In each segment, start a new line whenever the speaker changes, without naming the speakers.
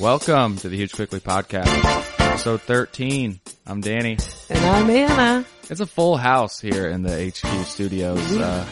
Welcome to the Huge Quickly Podcast, episode 13. I'm Danny.
And I'm Anna.
It's a full house here in the HQ studios. Uh,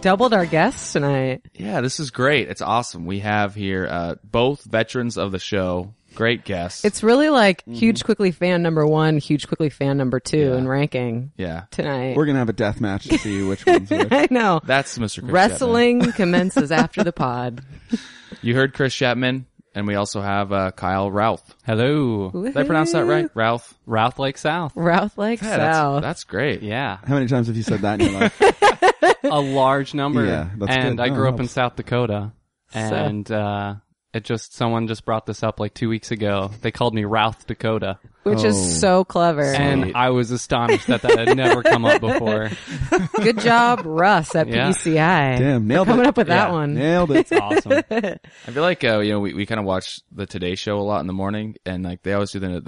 Doubled our guests tonight.
yeah, this is great. It's awesome. We have here, uh, both veterans of the show. Great guests.
It's really like huge quickly fan number one, huge quickly fan number two in ranking
yeah.
tonight.
We're gonna have a death match to see which one's which.
I know.
That's Mr. Chris
Wrestling commences after the pod.
Shetman. You heard Chris Shetman and we also have, uh, Kyle Routh.
Hello.
Did I pronounce that right? Routh?
Routh Lake South.
Routh like
Yeah,
South.
that's, that's great.
Yeah.
How many times have you said that in your life?
A large number.
Yeah, that's
and
good.
I
No,
grew
it
up in
helps.
South Dakota. And uh it just someone just brought this up like two weeks ago. They called me Routh Dakota.
which is so clever.
And I was astonished that that had never come up before.
Good job, Russ at
Yeah.
PCI.
Damn, nailed
Coming
it.
up with that
Yeah.
one.
Nailed it.
Awesome.
I feel like uh, you know we, we kind of watch the Today Show a lot in the morning, and like they always do the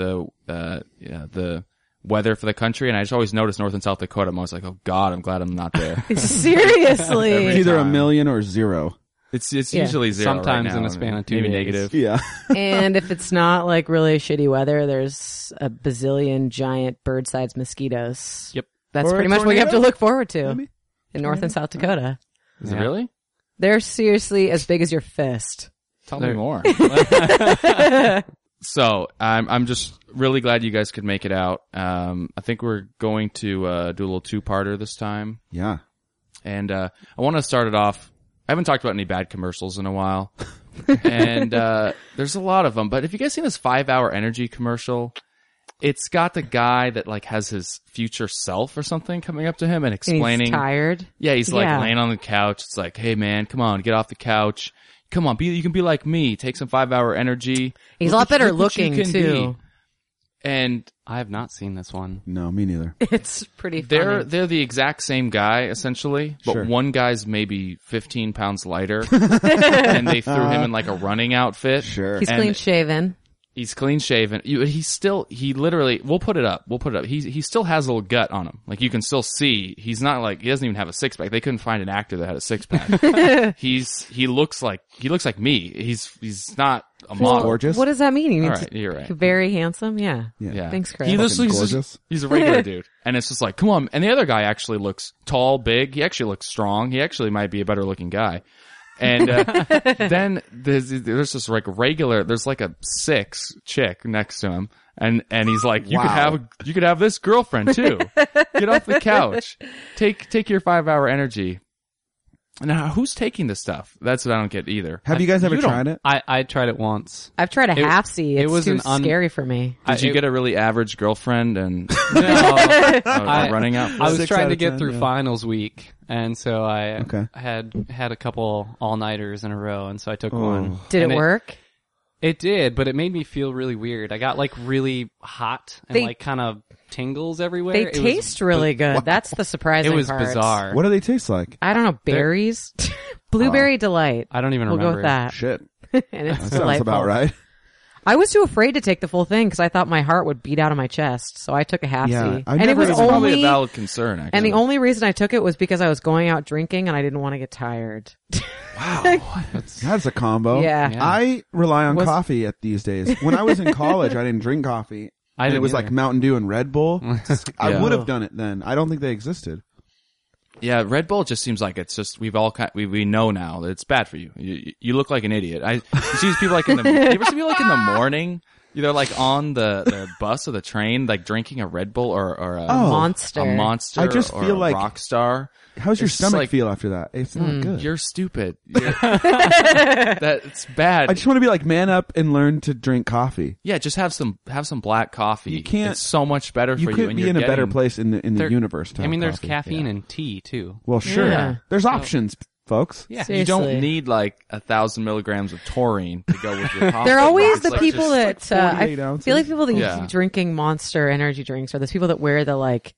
the uh, yeah, the weather for the country, and I just always notice North and South Dakota. I'm always like, oh God, I'm glad I'm not there.
It's
Seriously.
either a million or zero.
it's it's
Yeah.
usually zero. right
Sometimes in
now,
a span
and
of two
maybe
days.
negative.
Yeah.
and if it's not like really shitty weather, there's a bazillion giant bird sized mosquitoes.
Yep.
That's
Or a
pretty much what you have to
tornado?
look forward to in North and South Dakota.
Is
Yeah.
it really?
They're seriously as big as your fist.
Tell me more. so I'm I'm just really glad you guys could make it out. Um, I think we're going to uh, do a little two parter this time.
Yeah.
And uh, I want to start it off. I haven't talked about any bad commercials in a while, and uh, there's a lot of them. But if you guys seen this five hour energy commercial, it's got the guy that like has his future self or something coming up to him and
And
explaining.
He's tired.
Yeah, he's like
Yeah.
laying on the couch. It's like, hey man, come on, get off the couch. Come on, be you can be like me. Take some five hour energy.
He's a
at
lot
you-
better
what you
looking,
can be."
too.
And
I have not seen this one.
No, me neither.
It's pretty funny.
They're they're the exact same guy essentially, but
Sure.
one guy's maybe 15 pounds lighter, and they threw him in like a running outfit.
Sure.
he's
and-
clean shaven.
He's clean shaven. You, he's still he literally. We'll put it up. We'll put it up. He he still has a little gut on him. Like you can still see. He's not like he doesn't even have a six pack. They couldn't find an actor that had a six pack. he's he looks like he looks like me. He's he's not a model.
gorgeous.
What does that mean? He
All
means
right, you're right.
Very handsome. Yeah.
Yeah.
Thanks, Chris.
He
Fucking
looks, he's, just,
gorgeous.
he's a regular dude. And it's just like, come on. And the other guy actually looks tall, big. He actually looks strong. He actually might be a better looking guy. And uh, then there's, there's this like regular, there's like a six chick next to him. And, and he's like, you could
Wow.
have, you could have this girlfriend too. Get off the couch. Take, take your five hour energy. Now, who's taking this stuff? That's what I don't get either.
Have you guys ever
don't-
tried it?
I, I tried it once.
I've tried a
It-
half C.
it
It's
was
too
an un-
scary for me.
Did you
I-
get a really average girlfriend and
No, I
uh,
I-
running out?
was
Six
trying
out
to
of
get
ten,
through
yeah.
finals week and so I
Okay.
had had a couple all nighters in a row and so I took
Oh.
one.
Did
And
it work?
It did, but it made me feel really weird. I got like really hot and
They-
like kind of tingles everywhere.
They
It was-
taste really good. That's the surprising
It was
part.
bizarre.
What do they taste like?
I don't know. Berries? Blueberry delight.
Oh. I don't even
We'll go
remember.
with that.
Shit.
and Uh, it's
That sounds
delightful.
about right.
I was too afraid to take the full thing because I thought my heart would beat out of my chest. So I took a half
Yeah,
C.
I've
And it
never
was
even- It's
probably
only
a valid concern. Actually,
And the only reason I took it was because I was going out drinking and I didn't want to get tired.
That's a combo.
Yeah.
Yeah.
I rely on
Was-
coffee at these days. When I was in college, I didn't drink coffee.
I
and it
didn't
was like
either.
Mountain Dew and Red Bull. I
Yeah.
would have done it then. I don't think they existed.
yeah, Red Bull just seems like it's just we've all kind, we we know now that it's bad for you. You, you look like an idiot. I you see these people like in the you ever see people like in the morning. They're like on the, the bus or the train, like drinking a Red Bull or, or a,
Oh.
Monster.
a monster.
I just
or a
feel like-
rock star.
How's your
It's just
stomach
like-
feel after that? It's
Mm,
not good.
You're stupid. You're, that's bad.
I just want to be like man up and learn to drink coffee.
yeah, just have some have some black coffee.
You can't-
It's so much better
You
for
could
you. And
be
you're
in a better
getting-
place in the in the
There-
universe. to
I
have
mean, there's
coffee.
caffeine and tea too.
Well, sure.
Yeah.
Oh.
There's options, folks.
Yeah,
You
Seriously.
don't need like a thousand milligrams of taurine to go with your coffee.
They're always
It's
the
like
people
just-
that uh, I
48 ounces.
feel like people that
Yeah.
keep drinking monster energy drinks are those people that wear the like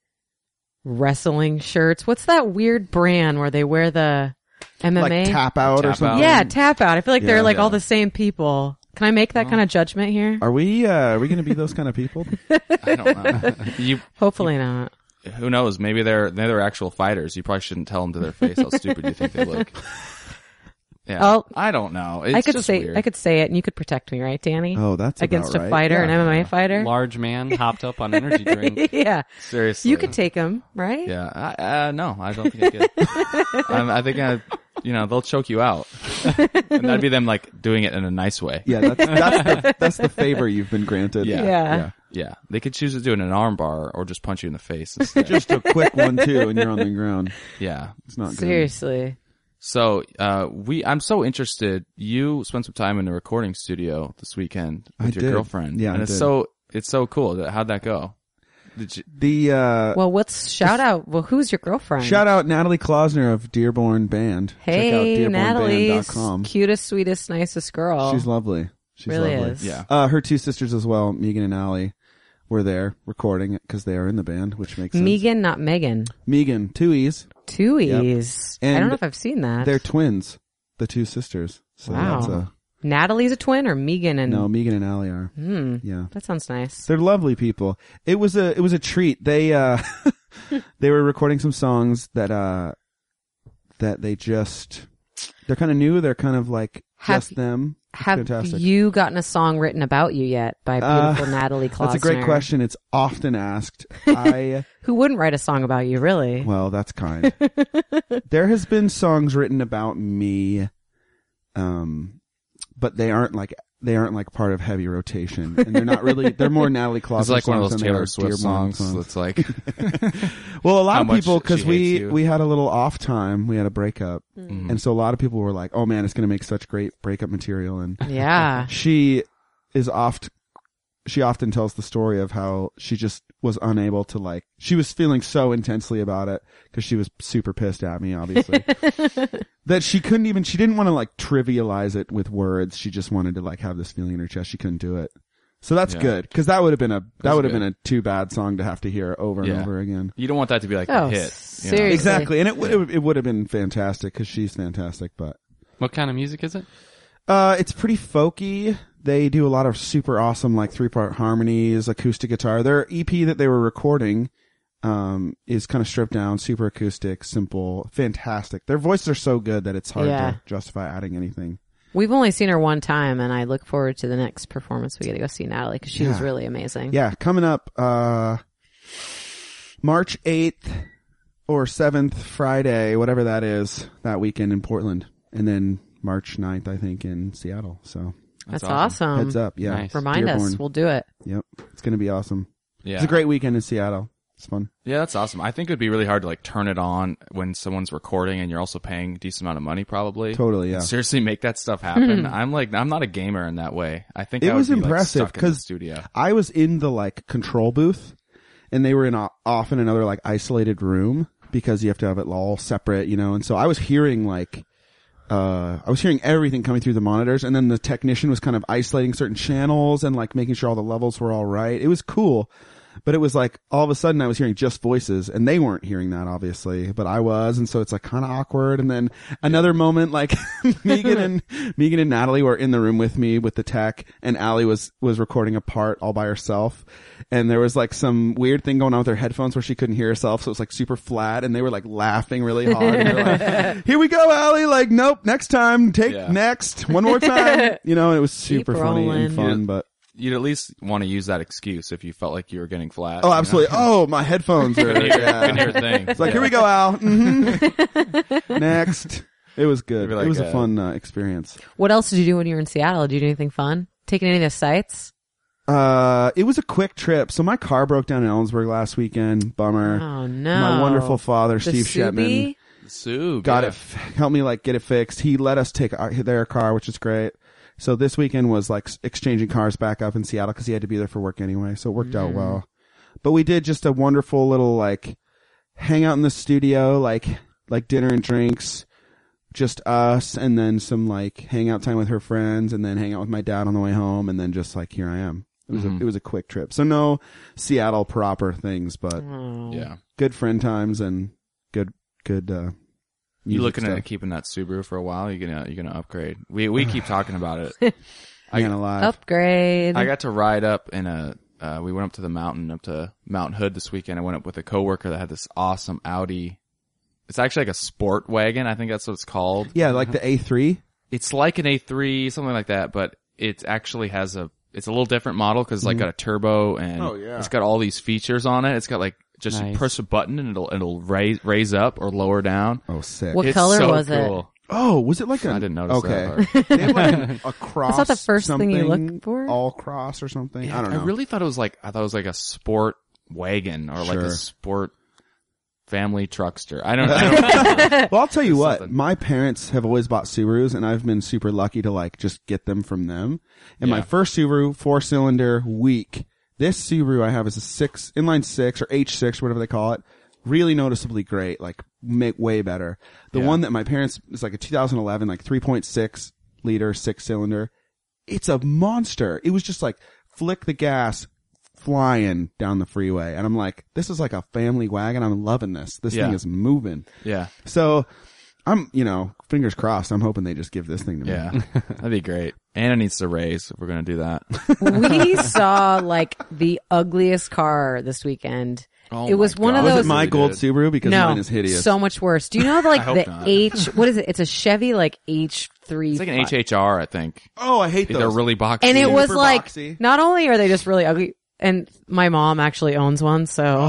wrestling shirts. What's that weird brand where they wear the
Like
MMA?
tap out or
Tap
something.
out.
yeah, tap out. I feel like
Yeah.
they're like all
Yeah.
the same people. Can I make that kind of judgment here?
Are we uh, are we going to be those kind of people?
I don't know. You,
Hopefully not.
who knows? Maybe they're they're their actual fighters. You probably shouldn't tell them to their face how stupid you think they look. Yeah.
I'll-
I don't know. It's
Oh. I could
just
say
weird.
I could say it, and you could protect me, right, Danny?
Oh, that's
Against
about
a
right.
fighter,
Yeah.
an MMA fighter.
Large man hopped up on energy drink.
yeah,
seriously.
you could take him, right?
Yeah. I, uh, no, I don't think I could. I'm, I think I, you know, they'll choke you out, and that'd be them like doing it in a nice way.
Yeah, that's that's the, that's the favor you've been granted.
Yeah.
Yeah.
Yeah. They could choose to do it in an arm bar or just punch you in the face. instead.
Just a quick one too, and you're on the ground.
yeah.
It's not good.
Seriously.
So, uh, we, I'm so interested. You spent some time in the recording studio this weekend with
I
your
did.
girlfriend.
Yeah,
And
I
it's
did.
so, it's so cool. How'd that go? Did you,
The uh,
Well, what's shout out? Well, who's your girlfriend?
shout out Natalie Klausner of Dearborn Band.
Hey,
Check out
Natalie,
dearbornband.com.
cutest, sweetest, nicest girl.
She's lovely. She's
really
lovely.
is.
yeah.
Uh, her two sisters as well, Megan and Allie, were there recording because they are in the band, which makes sense.
Megan, not Megan.
Megan, two E's.
Two E's. I don't
And
know if I've seen that.
They're twins, the two sisters. So
Wow.
that's a
Natalie's a twin or Megan and
no. Megan and Allie are.
Hmm.
Yeah.
That sounds nice.
They're lovely people. It was a it was a treat. They uh they were recording some songs that uh that they just they're kind of new. They're kind of like
Have-
just them. It's
Have
fantastic.
you gotten a song written about you yet by
Uh,
beautiful Natalie Klausner?
that's a great question. It's often asked. I
Who wouldn't write a song about you, really?
well, that's kind. there has been songs written about me, um, but they aren't like they aren't like part of heavy rotation, and they're not really. They're more Natalie Claus.
It's like one of those
songs than they
Taylor
are
Swift
Dearborn
songs. It's like
Well, a
how
lot of
much
people because
she hates
we
you.
we had a little off time, we had a breakup,
Mm-hmm.
Hmm.
hmm.
and so a lot of people were like, "Oh man, it's going to make such great breakup material." And
Yeah.
she is oft she often tells the story of how she just was unable to like she was feeling so intensely about it because she was super pissed at me obviously that she couldn't even she didn't want to like trivialize it with words she just wanted to like have this feeling in her chest she couldn't do it so that's
Yeah.
good because that would have been a that
That's
would have
good.
been a too bad song to have to hear over and
Yeah.
over again
you don't want that to be like
Oh,
a hit. you know?
seriously.
exactly and it would it would have been fantastic because she's fantastic but
What kind of music is it?
Uh, it's pretty folky. They do a lot of super awesome, like three part harmonies, acoustic guitar. Their EP that they were recording, um, is kind of stripped down, super acoustic, simple, fantastic. Their voices are so good that it's hard
Yeah.
to justify adding anything.
We've only seen her one time, and I look forward to the next performance we get to go see Natalie because she was
Yeah.
really amazing.
Yeah, coming up, uh, March 8th or 7th, Friday, whatever that is, that weekend in Portland. And then March 9th, I think, in Seattle. So
That's,
awesome.
awesome.
heads up. Yeah.
nice.
Um, Remind
Dearborn.
us. We'll do it.
Yep. It's going to be awesome.
Yeah.
It's a great weekend in Seattle. It's fun.
Yeah, that's awesome. I think it'd be really hard to like turn it on when someone's recording and you're also paying a decent amount of money probably.
Totally, yeah.
Seriously, make that stuff
Hmm.
happen. I'm like I'm not a gamer in that way. I think
It
I would
was
be, like,
impressive
stuck in the
because
studio.
I was in the like control booth, and they were in a, off in another like isolated room because you have to have it all separate, you know. And so I was hearing like. Uh, I was hearing everything coming through the monitors and then the technician was kind of isolating certain channels and like making sure all the levels were all right. It was cool, but it was like all of a sudden I was hearing just voices and they weren't hearing that obviously, but I was. And so it's like kind of awkward. And then another moment, like Megan and Megan and Natalie were in the room with me with the tech and Allie was, was recording a part all by herself. And there was like some weird thing going on with her headphones where she couldn't hear herself. So it was like super flat and they were like laughing really hard. And they were like, Here we go, Allie. Like, nope, next time, take
Yeah.
next one more time. You know, and it was
Keep
super funny
rolling.
and fun,
Yeah.
but
You'd at least want to use that excuse if you felt like you were getting flat.
oh, absolutely. Oh, my headphones are. yeah.
You know? Couldn't hear a thing.
It's like, here we go, Al. Mhm. Next. It was good.
You'd be like,
it was
uh,
a fun uh, experience.
What else did you do when you were in Seattle? Did you do anything fun? Taking any of the sights?
Uh, it was a quick trip. So my car broke down in Ellensburg last weekend. Bummer.
Oh no!
My wonderful father,
The
Steve
Subi?
Shetman,
Sue
got
yeah.
it. F- helped me like get it fixed. He let us take our, their car, which is great. So this weekend was like s- exchanging cars back up in Seattle because he had to be there for work anyway. So it worked out well. But we did just a wonderful little like hang out in the studio, like like dinner and drinks, just us, and then some like hangout time with her friends, and then hang out with my dad on the way home, and then just like here I am. It was a, it was a quick trip, so no Seattle proper things, but
Oh.
Yeah.
good friend times and good good. uh
You
music
looking
stuff.
at keeping that Subaru for a while? You're gonna you're gonna upgrade. We we keep talking about it. I-
Man alive.
Oh. Upgrade.
I got to ride up in a. Uh, we went up to the mountain, up to Mount Hood this weekend. I went up with a coworker that had this awesome Audi. It's actually like a sport wagon. I think that's what it's called.
Yeah, like the A3.
it's like an A3, something like that, but it actually has a, it's a little different model because it's like
Mm-hmm.
got a turbo and
Oh, yeah.
it's got all these features on it. It's got like just
Nice.
you push a button and it'll it'll raise raise up or lower down.
Oh, sick.
What
It's
color
so
was it?
cool.
Oh, was it like a?
I didn't notice
okay.
that. part.
They have like an, a cross.
That's not the first thing you
something,
look for?
All cross or something. I don't know.
I really thought it was like I thought it was like a sport wagon or like
Sure.
a sport family truckster. I don't, I don't
well, I'll tell you what.
something.
My parents have always bought Subarus, and I've been super lucky to like just get them from them. And my
Yeah.
first Subaru, four cylinder, weak. This Subaru I have is a six inline six or H six, whatever they call it. Really noticeably great, like make way better. The
Yeah.
one that my parents is like a 2011, like 3.6 liter six cylinder. It's a monster. It was just like flick the gas, flying down the freeway, and I'm like, this is like a family wagon. I'm loving this. This
Yeah.
thing is moving.
yeah,
So I'm, you know, fingers crossed. I'm hoping they just give this thing to me.
yeah, that'd be great. Anna needs to raise if we're gonna do that.
we saw like the ugliest car this weekend.
Oh
it was
my
one
God.
of
Was
those.
it my
Really
gold
did.
Subaru? Because
no,
mine is hideous.
so much worse. Do you know like
hope
the
not.
H? What is it? It's a Chevy like H three.
It's like an HHR, I think.
oh, I hate
They're
those.
really boxy.
and it was
super
like
boxy.
not only are they just really ugly and my mom actually owns one so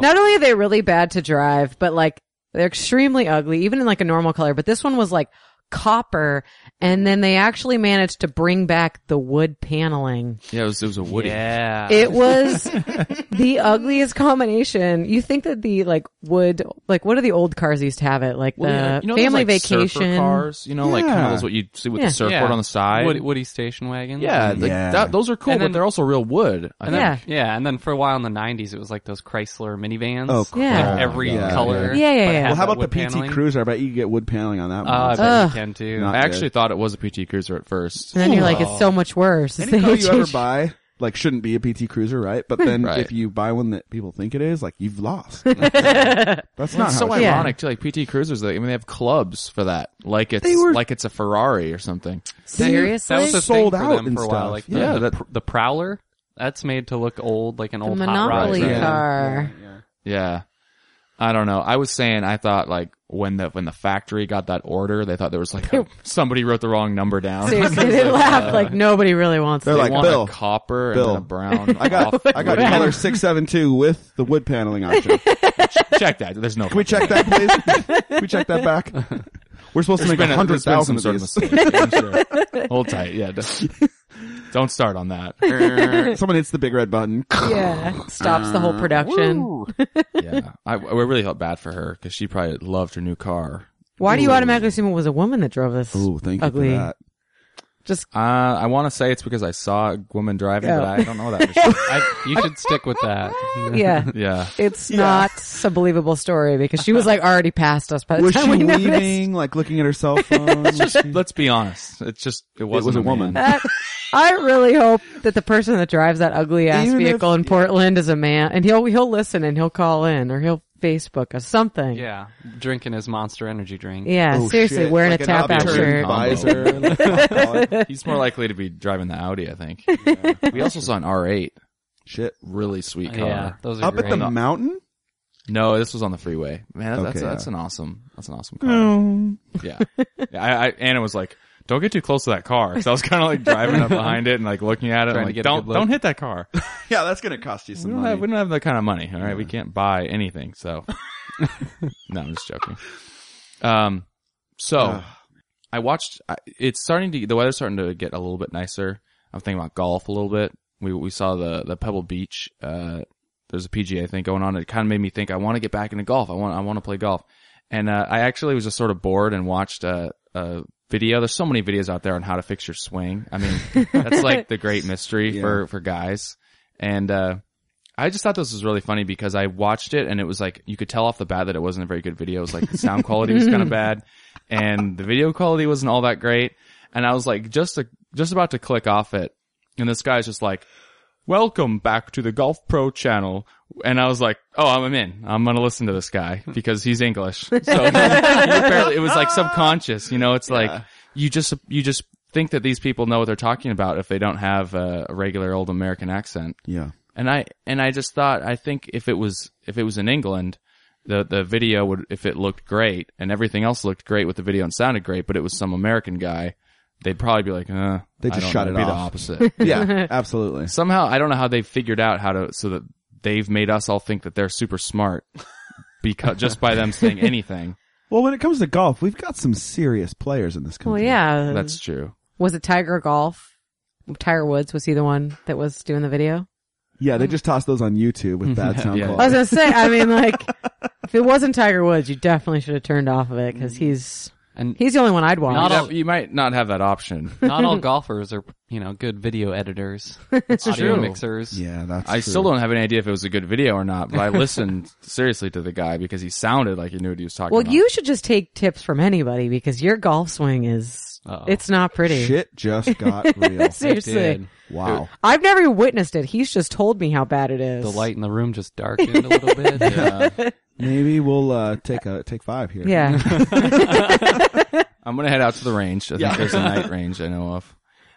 not only are they really bad to drive but like they're extremely ugly even in like a normal color but this one was like copper and then they actually managed to bring back the wood paneling
yeah, it was, it was a Woody.
Yeah.
it was the ugliest combination you think that the like wood like what are the old cars used to have it like
Well,
the
yeah, you know those,
family
like, surfer
vacation
cars. You know, like kind
Yeah.
of those what you see with
Yeah.
the surfboard on the side.
Woody, Woody station wagon.
yeah, like,
Yeah.
That, those are cool,
And
but
then-
they're also real wood. I think.
yeah
Yeah, and then for a while in the '90s, it was like those Chrysler minivans.
Oh,
Yeah.
Like every
Yeah.
color.
Yeah, yeah, yeah.
but had
well, how
that
about the
wood
PT
paneling.
Cruiser? I bet you get wood paneling
Uh,
on that
Oh, I
one.
bet
Ugh.
you can too.
Not
I actually
good.
thought it was a PT Cruiser at first.
and then you're like it's so much worse It's
Any
the
car you ever
HH.
buy, like, shouldn't be a PT Cruiser, right? But then
Right.
if you buy one that people think it is, like, you've lost. That's not
It's
how
so
it should
Yeah.
ironic too. Like PT Cruisers, like, I mean, they have clubs for that. Like it's
They were-
like it's a Ferrari or something.
seriously
That was a
Sold
thing for
out
them
and
for a while.
stuff.
Like
Yeah,
the, the,
that-
pr- the Prowler. That's made to look old, like an
The
old
Monopoly
hot rod.
Yeah.
car.
Yeah. I don't know. I was saying I thought like when the when the factory got that order, they thought there was like a- somebody wrote the wrong number down.
Seriously, they laughed like nobody really wants
They're
They
to.
like,
want a
Bill,
copper
Bill,
and then a brown.
I got, I got color 672 with the wood paneling option. Can
check that. There's no.
we check that, please? Can we check that back? We're supposed to make
been
a
a-
hundred
there's been some
thousand
sort
of
of
these.
mistake, I'm sure. Hold tight. Yeah. Don't, don't start on that. yeah.
Someone hits the big red button. "Oh,
yeah, stops the
uh,
whole production.
I, I really felt bad for her because she probably loved her new car.
Why do you automatically assume it was a woman that drove this?
Ooh, thank you
ugly.
for that.
Just
Uh, I want to say it's because I saw a woman driving,
Yeah.
but I don't know that. For sure.
I, you should stick with that.
yeah.
yeah.
It's not a believable story because she was like already past us by the
Was she
time we
leaving?
noticed.
Like looking at her cell phone? Was she-
Let's be honest. It's just it wasn't
was a woman.
man.
That- I really hope that the person that drives that ugly ass
Even if-
vehicle in Portland is a man, and he'll he'll listen and he'll call in or he'll Facebook us something.
Yeah, drinking his Monster Energy drink.
Yeah,
Oh,
seriously,
shit,
wearing
like
a
an Oh,
tap out
upturned
shirt.
visor, like-
He's more likely to be driving the Audi, I think. We also saw an R8,
Shit.
really sweet car.
yeah, those are
Up
great.
at the mountain?
No, this was on the freeway. Man, that, that's
Okay, yeah.
that's an awesome that's an awesome
Mm.
car.
Oh.
Yeah, yeah I, I, Anna was like, "Don't get too close to that car," so I was kind of like driving up behind it and like looking at it.
Trying
I'm
to
like,
get a
"Don't
good look."
don't hit that car.
Yeah, that's gonna cost you some
We don't
money.
have we don't have that kind of money. All right, we can't buy anything. So, no, I'm just joking. Um, so I watched. I- It's starting to the weather's starting to get a little bit nicer. I'm thinking about golf a little bit. We we saw the the Pebble Beach. Uh, there's a PGA thing going on. It kind of made me think I want to get back into golf. I want I want to play golf. And uh, I actually was just sort of bored and watched a, a video. There's so many videos out there on how to fix your swing. I mean, that's like the great mystery for for guys. And uh, I just thought this was really funny because I watched it and it was like you could tell off the bat that it wasn't a very good video. It was like the sound quality was kind of bad, and the video quality wasn't all that great. And I was like just to, just about to click off it, and this guy's just like, "Welcome back to the Golf Pro Channel." And I was like, "Oh, I'm in. I'm gonna listen to this guy because he's English." So he- he apparently- it was like subconscious, you know. It's like you just you just think that these people know what they're talking about if they don't have a a regular old American accent
Yeah.
and I and I just thought I think if it was if it was in England the the video would if it looked great and everything else looked great with the video and sounded great, but it was some American guy, they'd probably be like, uh,
They
I
just
don't
shut
know.
it
Be
off.
The opposite.
Yeah, absolutely.
Somehow I don't know how they figured out how to so that they've made us all think that they're super smart because just by them saying anything.
Well, when it comes to golf, we've got some serious players in this
Well,
country.
yeah.
That's true.
was it Tiger Golf? Tiger Woods was he the one that was doing the video?
Yeah, they just toss those on YouTube with bad sound
Yeah.
I was
quality.
gonna say. I mean, like, if it wasn't Tiger Woods, you definitely should have turned off of it because he's
And
he's the only one I'd watch.
Not
You'd
all-
have- you might not have that option.
not all golfers are, you know, good video editors, audio
true.
mixers.
Yeah, that's.
I
true.
still don't have any idea if it was a good video or not, but I listened seriously to the guy because he sounded like he knew what he was talking
well,
about.
you should just take tips from anybody because your golf swing is
Uh-oh.
it's not pretty.
Shit just got real.
Seriously,
Did.
wow.
I've never witnessed it. He's just told me how bad it is.
The light in the room just darkened a little bit.
Maybe we'll uh, take a take five here.
Yeah.
I'm gonna head out to the range. I think there's a night range I know of.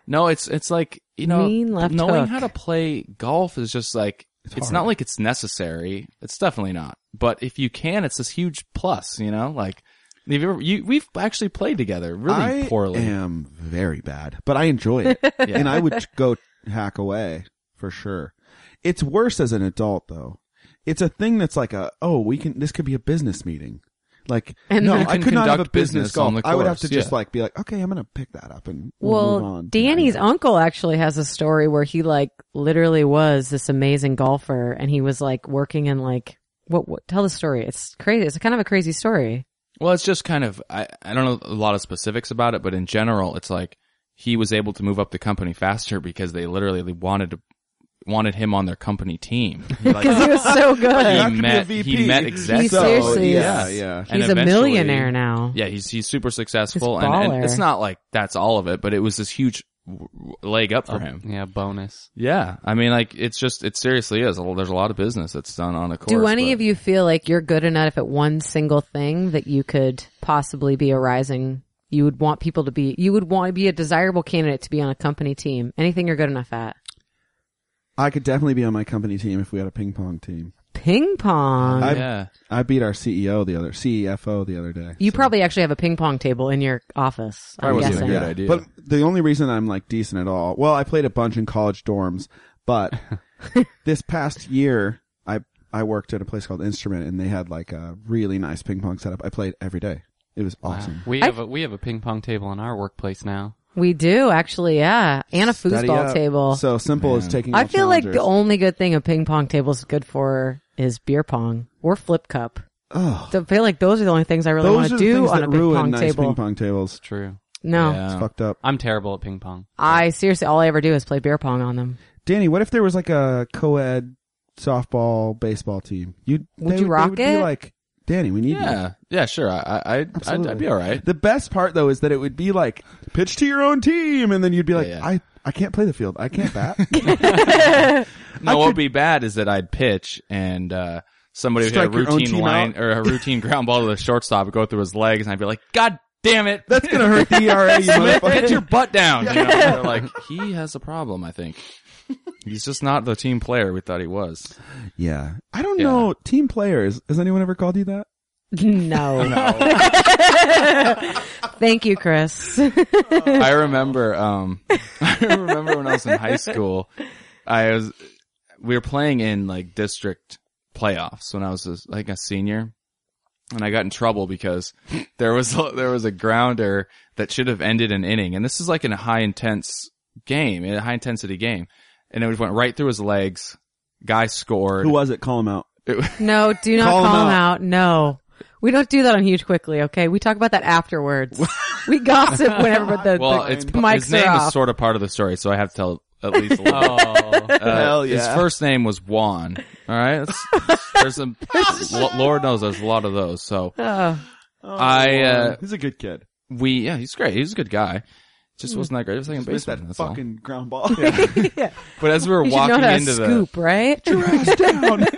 No, it's it's like you know,
Mean left
knowing
hook.
how to play golf is just like it's, not like it's necessary. It's definitely not. But if you can, it's this huge plus. You know, like have you ever, you, we've actually played together really
I
poorly.
am very bad, but I enjoy it, and I would go hack away for sure. It's worse as an adult though. It's a thing that's like a oh we can this could be a business meeting. Like
And
no,
You
I
can
could not have a
conduct
business
business on
golf.
the
I would have to
course,
just
yeah.
like be like okay I'm gonna pick that up and we'll move
well,
on.
Danny's uncle actually has a story where he like literally was this amazing golfer, and he was like working in like what? what tell the story. It's crazy. It's kind of a crazy story.
Well, it's just kind of I, I don't know a lot of specifics about it, but in general, it's like he was able to move up the company faster because they literally wanted to wanted him on their company team. He, like,
He was so good.
have to
he
be a
met
VP.
he met executives.
So,
seriously
yeah,
is-
yeah.
And
He's a
eventually-
millionaire now.
Yeah, he's he's super successful, and,
baller.
and it's not like that's all of it, but it was this huge w- w- leg up for
Oh.
him.
yeah, bonus.
Yeah, I mean, like it's just it seriously is. There's a lot of business that's done on a course.
Do any
but-
of you feel like you're good enough at one single thing that you could possibly be a rising? You would want people to be. You would want to be a desirable candidate to be on a company team. Anything you're good enough at.
I could definitely be on my company team if we had a ping pong team.
Ping pong.
I-
Oh, Yeah,
I beat our CEO the other CEFO the other day.
you probably actually have a ping pong table in your office. I'm
Probably wasn't
guessing.
even good idea.
But the only reason I'm like decent at all, well, I played a bunch in college dorms, but this past year I I worked at a place called Instrument and they had like a really nice ping pong setup. I played every day. It was awesome.
We
I-
have a we have a ping pong table in our workplace now.
We do actually, yeah, and a
Study
foosball
up.
table.
So simple as taking.
I
all
feel like the
challengers.
only good thing a ping pong table is good for is beer pong or flip cup.
Ugh.
So I feel like those are the only things I really want
those
to
are the
do
things
on a
that
ping
ruin
pong
nice
table.
ping pong tables.
True.
No,
Yeah.
It's fucked up.
I'm terrible at ping pong.
I seriously, all I ever do is play beer pong on them.
Danny, what if there was like a co-ed softball baseball team? You
Would you rock
would Be
it?
like Danny, we need you.
yeah, yeah, sure. I I I'd, I'd,
Absolutely.
I'd be all right.
The best part though is that it would be like pitch to your own team, and then you'd be like,
Yeah, yeah.
I I can't play the field, I can't bat.
No, what would be bad is that I'd pitch and uh, somebody would hit a
Strike your own
routine
team
line
out.
or a routine ground ball to the shortstop, would go through his legs, and I'd be like, God damn it!
That's gonna hurt
E
the ERA, you
Get your
motherfucker.
butt down. You know? They're like, he has a problem, I think. He's just not the team player we thought he was.
Yeah, I don't know. Team players, has anyone ever called you that?
No. Thank you, Chris.
I remember, um, I remember when I was in high school, I was, we were playing in like district playoffs when I was a, like a senior. And I got in trouble because there was, a, there was a grounder that should have ended an inning. And this is like in a high intense game, in a high intensity game. And it went right through his legs. Guy scored.
Who was it? Call him out.
No, do not
Call
call,
him
him out. No. We don't do that on Huge Quickly, okay? We talk about that afterwards. we gossip whenever but the,
well,
the
it's
mics
his name
are
is
off.
sort of part of the story, so I have to tell at least a little. bit.
Oh,
Uh,
Hell yeah.
His first name was Juan. All right, That's- there's a Lo- Lord knows there's a lot of those. So
Oh.
I uh,
he's a good kid.
we yeah he's great. He's a good guy. Just wasn't that great. He was like in
Missed
baseball.
that
That's all.
fucking ground ball.
yeah.
But as we were
You should know
walking
how to
into the
scoop, right?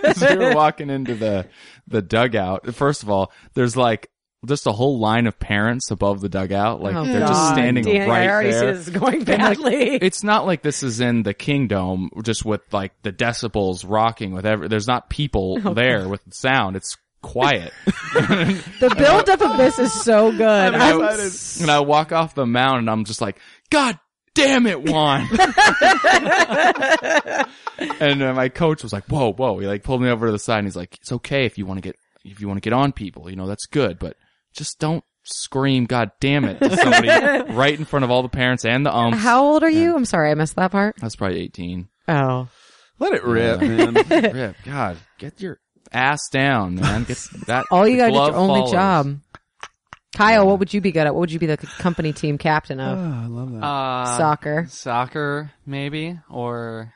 as we were walking into the the dugout, first of all, there's like just a whole line of parents above the dugout. Like
Oh,
they're
God.
just standing
Danny,
right
I already
there.
see this is going badly.
it's not like this is in the kingdom just with like the decibels rocking with every there's not people there with sound it's quiet.
The buildup of this is so good.
I
I'm
w- and I walk off the mound and I'm just like, God damn it, Juan. and uh, my coach was like, whoa, whoa. He like pulled me over to the side and he's like, it's okay if you want to get, if you want to get on people, you know, that's good, but just don't scream, God damn it to somebody right in front of all the parents and the umps.
How old are you? I'm sorry, I missed that part.
That's probably 18.
Oh,
Let it rip, man.
Rip, God, get your ass down, man. Get that.
all you gotta do is
glove
your only
follows.
job. Kyle, what would you be good at? What would you be the company team captain of?
Ah, I love that.
Uh,
Soccer.
Soccer, maybe, or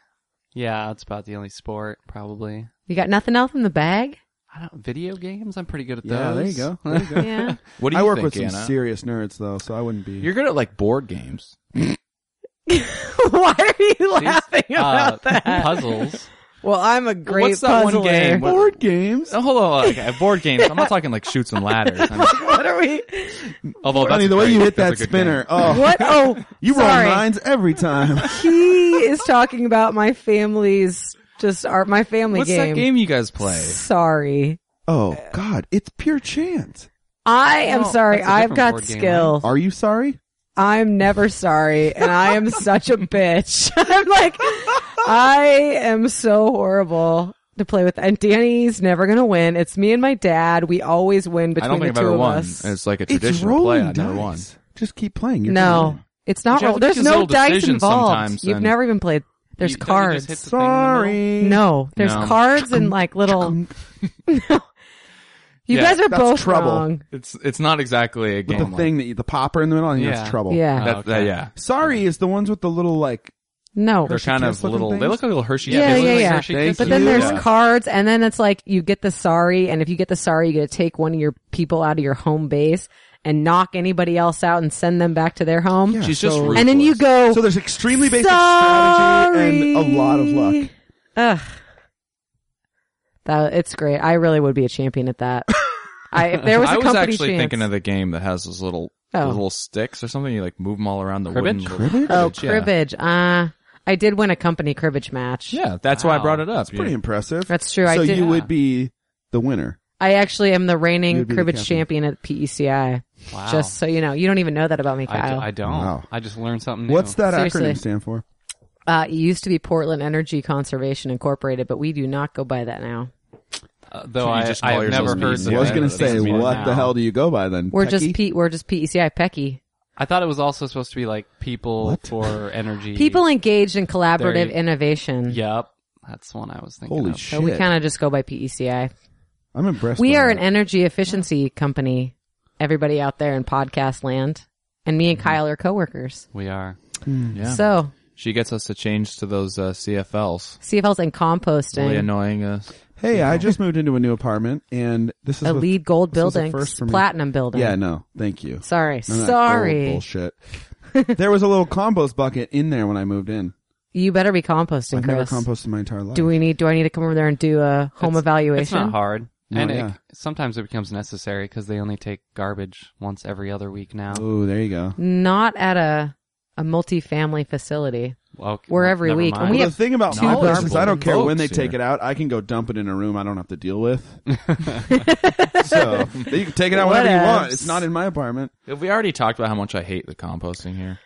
yeah, it's about the only sport probably.
You got nothing else in the bag?
I don't video games. I'm pretty good at those.
yeah, there you go. There you go.
Yeah.
What do you
I work
think,
with some
Anna?
serious nerds though, so I wouldn't be.
You're good at like board games.
Why are you laughing
Uh,
about that?
puzzles.
Well, I'm a great
What's that one
puzzler.
game? What-
board games.
Oh, hold on, okay, board games. I'm not talking like shoots and ladders. I mean,
what are we?
although that's
Funny
a
the way you
great-
hit that
that's a good
spinner.
game.
Oh,
What? Oh,
you roll
sorry.
nines every time.
He is talking about my family's just our my family
What's
game.
that game you guys play?
Sorry.
Oh
Eh.
God, it's pure chance.
I am
No,
sorry.
that's a
I've
different
got
board game,
skill.
Are you sorry?
I'm never sorry, and I am such a bitch. I'm like, I am so horrible to play with. And Danny's never gonna win. It's me and my dad. We always win between
I don't think
the
I've
two
ever
of
won.
us.
It's like a
It's
traditional play.
rolling
I never won.
dice. Just keep playing. You're
no,
fine.
it's not.
You have
Roll.
to make
There's
these
no
little
dice
decisions
involved.
sometimes,
You've
and-
never even played. There's
You- don't you
cards.
just hit the thing in the middle?
Sorry.
No, there's
No.
cards and like little. no, you
Yeah,
guys are
that's
both
trouble.
wrong.
It's it's not exactly a
With
game.
the
like-
thing that you, the popper in the middle, and yeah.
Yeah.
that's trouble.
Yeah,
That,
Oh,
that-
okay.
yeah.
Sorry is the ones with the little like.
no.
They're kind of
kiss looking
little. They
things?
look like little Hershey.
Yeah,
kisses.
They look
yeah,
like
yeah.
Hershey
Thank
kisses.
But then
you.
there's
Yeah.
cards, and then it's like you get the sorry, and if you get the sorry, you get to take one of your people out of your home base and knock anybody else out and send them back to their home.
Yeah,
She's just
so-
rude.
and then you go,
So there's extremely basic strategy and a lot of luck.
"Sorry." Ugh. That, it's great. I really would be a champion at that. I, if there was a
I was
company
actually
chance-
thinking of the game that has those little
Oh.
little sticks or something. You like move them all around the
Cribbage?
wooden.
Oh,
yeah.
cribbage. Uh, I did win a company cribbage match.
Yeah, that's why I
Wow.
brought it up.
Pretty impressive.
That's true.
so
I did.
you would be the winner.
I actually am the
You'd
reigning
be the
cribbage
captain.
champion at E PECI.
Wow.
Just so you know, you don't even know that about me,
I, d-
Kyle.
I don't.
Wow.
I just learned something new.
What's that
Seriously.
acronym stand for?
uh, it used to be Portland Energy Conservation Incorporated, but we do not go by that now.
Uh, though
So you
I,
just
I
call
have
yourself
never
an
heard.
easy
that.
I was gonna
Yeah,
say,
that's
what
now.
the hell do you go by then?
We're just
Techie?
P. We're just PECI Pecky.
I thought it was also supposed to be like people for energy.
People engaged in
There
collaborative
you-
innovation.
Yep, that's the one I was thinking.
Holy
of.
But we
shit!
kind of just go by PECI.
I'm impressed.
We
by
are
that.
an energy efficiency company. Everybody out there in podcast land, and me and
Mm-hmm.
Kyle are coworkers.
We are.
Yeah.
So
She gets us to change to those uh, CFLs.
CFLs and composting.
Really annoying uh, us.
Hey, I just moved into a new apartment, and this is
a
with-
lead gold
this was a
building,
first for me.
platinum building.
Yeah, no, thank you.
Sorry,
None of that gold
sorry.
bullshit. there was a little compost bucket in there when I moved in.
You better be composting,
I've never
Chris.
composted my entire life.
do we need? Do I need to come over there and do a home evaluation?
It's not hard.
No,
and
yeah.
it, sometimes it becomes necessary because they only take garbage once every other week now.
Oh, there you go.
Not at a a multi-family facility.
Well,
We're every
never
week, and
mind.
we
Well,
have-
the thing about
two
compost is I don't
garbage
care when they
folks here.
take it out. I can go dump it in a room I don't have to deal with. so you can take it out whenever you want.
Whatevs.
It's not in my apartment.
Have we already talked about how much I hate the composting here?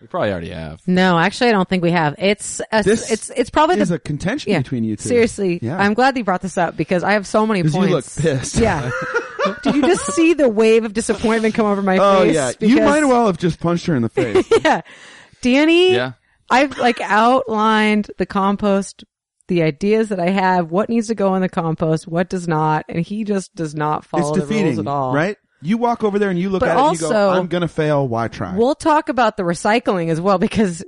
We probably already have.
No, actually, I don't think we have. It's a,
This
it's it's probably
There's
the
a contention
yeah,
between you two.
Seriously,
Yeah.
I'm glad you brought this up because I have so many
'Cause
points.
you look pissed.
Yeah. Did you just see the wave of disappointment come over my
Oh
face?
yeah, you
Because-
might well have just punched her in the face.
yeah. Danny,
Yeah.
I've like outlined the compost, the ideas that I have, what needs to go in the compost, what does not, and he just does not
it's
follow the rules
defeating,
at all.
right? You walk over there and you look
But
at it and you
also-
go, "I'm gonna fail. Why try?"
We'll talk about the recycling as well because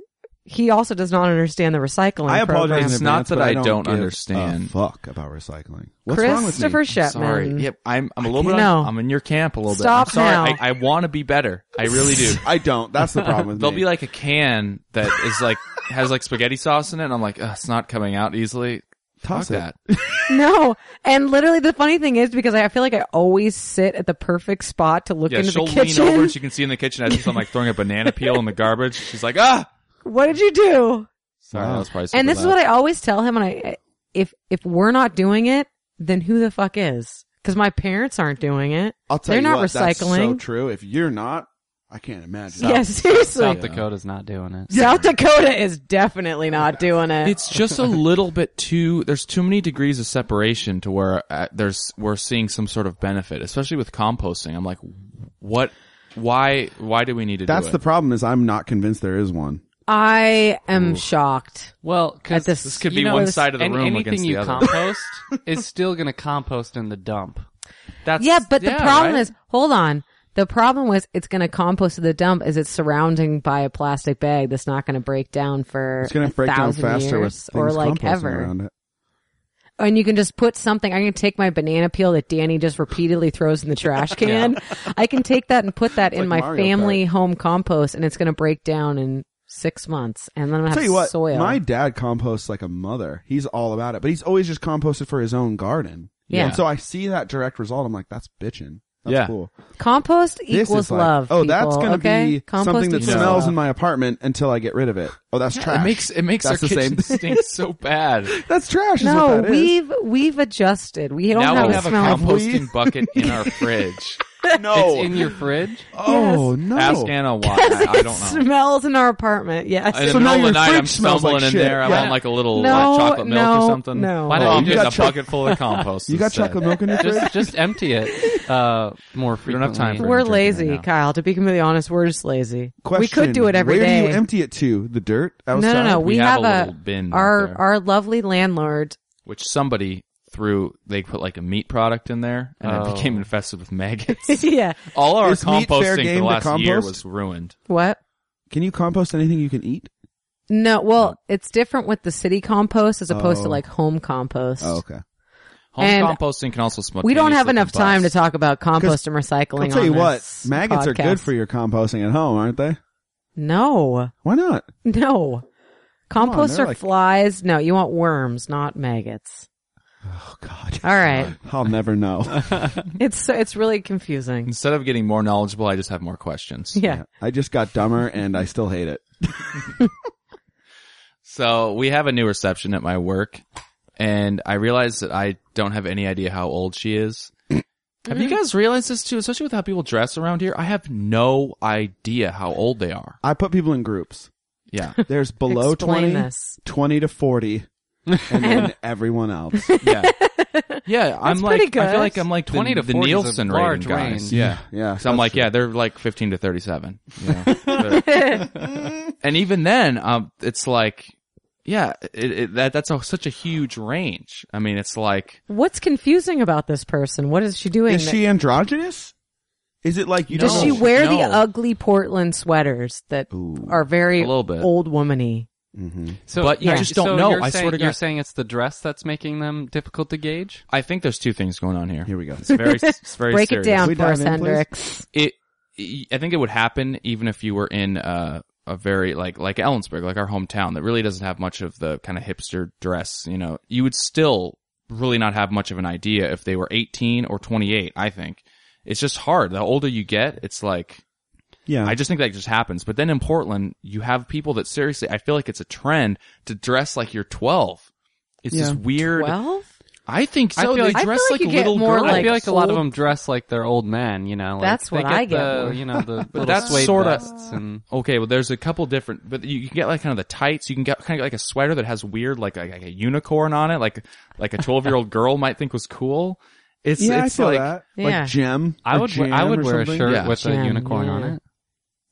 he also does not understand the recycling.
I apologize. in
program.
It's not
advance,
that
but
I
I don't,
don't
give
understand.
A fuck about recycling. What's wrong with
Christopher
me?
Sorry.
Shepman.
Yep. I'm. I'm a little bit. on-
No.
I'm in your camp a little
Stop
bit. I'm sorry.
now.
I, I want to be better. I really do.
I don't. That's the problem with
There'll
me.
be like a can that is like has like spaghetti sauce in it, and I'm like, Ugh, it's not coming out easily.
Toss
Fuck that.
No. And literally the funny thing is because I feel like I always sit at the perfect spot to look
Yeah,
into the
she'll
kitchen.
lean over and she can see in the kitchen as if I'm like throwing a banana peel in the garbage. She's like, ah.
what did you do?
Sorry,
Wow.
that was probably.
And this is what I always tell him when I if if we're not doing it, then who the fuck is? Because my parents aren't doing it.
I'll tell
They're
you
not
what, that's so
recycling.
true. If you're not, I can't imagine.
yeah, seriously. South,
South Dakota's not doing it.
Dakota is definitely not doing it.
It's just a little bit too. There's too many degrees of separation to where uh, there's we're seeing some sort of benefit, especially with composting. I'm like, what? Why? Why do we need to
That's
do
the
it?
problem is I'm not convinced there is one.
I am shocked.
Well,
At
because
this-
This could
you
be
know,
one
it's-
side of the
and
room
anything
against
you
the other.
compost is still going to compost in the dump.
That's
Yeah, but the problem
right?
is, hold on. The problem was it's going to compost to the dump is it's surrounding by a plastic bag that's not going to break down for
It's going
a
to break down
thousand
faster with
years
things
or like
composting
ever.
around it.
and you can just put something. I can take my banana peel that Danny just repeatedly throws in the trash can. I can take that and put that in my
like Mario
family home compost, and it's going to break down in six months, and then I'm
I'll
gonna
tell
have
you what,
soil.
my dad composts like a mother. He's all about it, but he's always just composted for his own garden.
Yeah.
And so I see that direct result. I'm like, that's bitching. That's
Yeah.
cool.
Compost
This
equals
is like,
love.
Oh,
people,
that's going to
okay?
be
Compost
something that
equals
smells
love.
in my apartment until I get rid of it. Oh, that's trash.
It makes it makes
That's
our
the same.
kitchen stink so bad.
that's trash. is
No,
what that is.
we've we've adjusted. We don't
now
have,
we
a
have a
smell of
composting bucket in our fridge.
no.
It's in your fridge.
oh no.
Ask Anna why. I, I don't know.
smells in our apartment. Yes.
In the
So
middle
now
of
your
the night,
fridge
I'm
smells
stumbling
like
in
shit.
there. I
Yeah.
want like a little
No,
like, chocolate milk
no,
or something.
no.
Why don't
Oh,
you
you
just
got
a
choc-
bucket full of compost?
you got
instead?
chocolate milk in your fridge?
Just just empty it uh, more
We
frequently.
don't have time for
we're
drinking right
lazy,
now.
Kyle. To be completely honest, we're just lazy.
Question.
we could do it every day.
Where do you empty it to? The dirt
no,
outside?
no, no. We,
We have
have,
a
a
little bin out
our
there.
our lovely landlord.
Which somebody threw. They put like a meat product in there, and
Oh.
it became infested with maggots.
yeah.
All our
Is meat fair
composting for
game
the
to
last year
compost?
was ruined.
What?
Can you compost anything you can eat?
No. Well, it's different with the city compost as opposed to
Oh.
like home compost.
Oh, okay.
Home
And
composting can also smell.
We don't have enough time to talk about compost and recycling.
I'll tell
on
you what,
this
maggots are good
podcast.
for your composting at home, aren't they?
No,
Why not?
no.
on,
Compost
they're
are
like-
flies. No, you want worms, not maggots.
Oh God.
All right.
I'll never know.
It's so- it's really confusing.
Instead of getting more knowledgeable, I just have more questions.
Yeah.
I just got dumber and I still hate it.
So we have a new reception at my work, and I realize that I don't have any idea how old she is. have you guys realized this too, especially with how people dress around here? I have no idea how old they are.
I put people in groups.
Yeah,
There's below
Explain
20,
this.
20 to 40, and then everyone else.
yeah, yeah. I'm like,
pretty
I feel
good.
like I'm like twenty to the
40 is a
Nielsen
large
rating guys.
range.
Yeah,
Yeah.
So I'm like, yeah, they're like 15 to 37. You know? But- and even then, um, it's like, yeah, it, it, that that's a, such a huge range. I mean, it's like
What's confusing about this person? What is she doing?
Is
that-
she androgynous? Is it like you
does
No,
don't
she
know-
wear the
no.
ugly Portland sweaters that are very
A little bit.
old womany?
So,
But you just don't
so
know.
you're
I
saying,
swear to
You're
God.
saying it's the dress that's making them difficult to gauge.
I think there's two things going on here.
Here we go.
It's very, it's very
Break
serious.
it down
We
for us,
dive in,
Hendrix.
It, I think it would happen even if you were in uh, a very like like Ellensburg, like our hometown, that really doesn't have much of the kind of hipster dress. You know, you would still really not have much of an idea if they were 18 or 28. I think it's just hard. The older you get, it's like
Yeah.
I just think that just happens. But then in Portland, you have people that seriously, I feel like it's a trend to dress like you're 12. It's
Yeah.
just weird.
Well,
I think so.
I feel
they
like- I
feel
dress
like
like,
you get
little
more
girls.
like-
I feel like a lot of
old-
them dress like they're old men. You know, like,
That's
they
what I get
the,
more.
You know, the little
that's
suede
sorta-
vests and
Okay, well, there's a couple different, but you can get like kind of the tights. You can get kind of like a sweater that has weird, like like, a unicorn on it, like like a twelve year old girl might think was cool. It's
yeah,
it's
I feel
like
that.
Yeah.
Like gem.
I
or
would
jam
I would
or
wear a
something.
shirt
Yeah.
with
Jam,
a unicorn
yeah.
on it.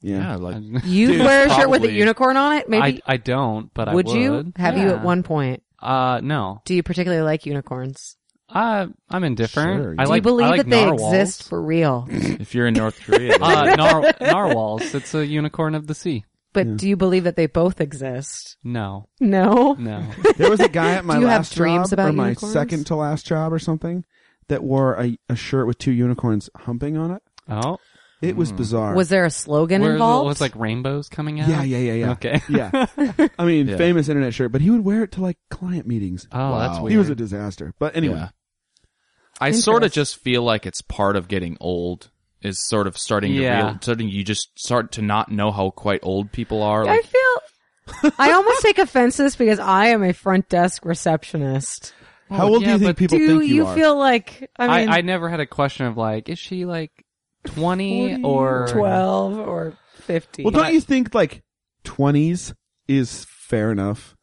yeah,
Yeah.
like
you'd
Dude,
wear a shirt with a
probably.
unicorn on it, maybe.
I, I don't, but
would,
I would.
you? Have you
Yeah.
at one point?
Uh, no.
Do you particularly like unicorns?
Uh, I'm indifferent.
Sure,
I
yeah.
Do
like.
you believe
I like
that they
narwhals.
exist for real?
if you're in North Korea,
Uh, nar- narwhals. It's a unicorn of the sea.
But do you believe that they both exist?
No,
No.
no.
There was a guy at my
Do you have
last
dreams
job,
about
or my
unicorns?
second to last job, or something, that wore a, a shirt with two unicorns humping on it.
Oh,
It was bizarre.
Was there a slogan
Where
involved?
was like rainbows coming out?
yeah, yeah, yeah, yeah.
Okay.
yeah. I mean,
Yeah.
famous internet shirt, but he would wear it to like client meetings.
Oh, that's
He
weird.
was a disaster. But anyway,
Yeah. I sort of just feel like it's part of getting old is sort of starting
Yeah.
to real, starting you just start to not know how quite old people are.
I
Like,
feel I almost take offense to this because I am a front desk receptionist.
How old do
yeah,
you think
but
people
Do
think you,
you
are?
feel like I mean
I, I never had a question of like, is she like 20 or
12 or 50?
well, don't you think like twenties is fair enough?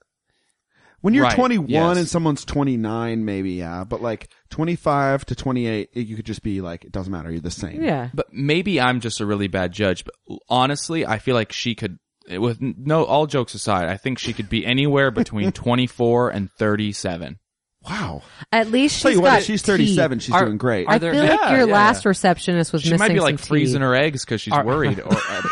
When you're
Right,
21
yes.
and someone's 29, maybe yeah, but like 25 to 28, it- you could just be like, it doesn't matter, you're the same.
yeah.
but maybe I'm just a really bad judge. But honestly, I feel like she could, with no, all jokes aside, I think she could be anywhere between 24 and 37.
Wow.
At least she's
Tell you
got
what, if she's 37, she's
Are-
doing great.
are
I
there-
feel like
Yeah,
your
yeah,
last receptionist was
She
missing
might be like
some
freezing
tea.
her eggs because she's worried.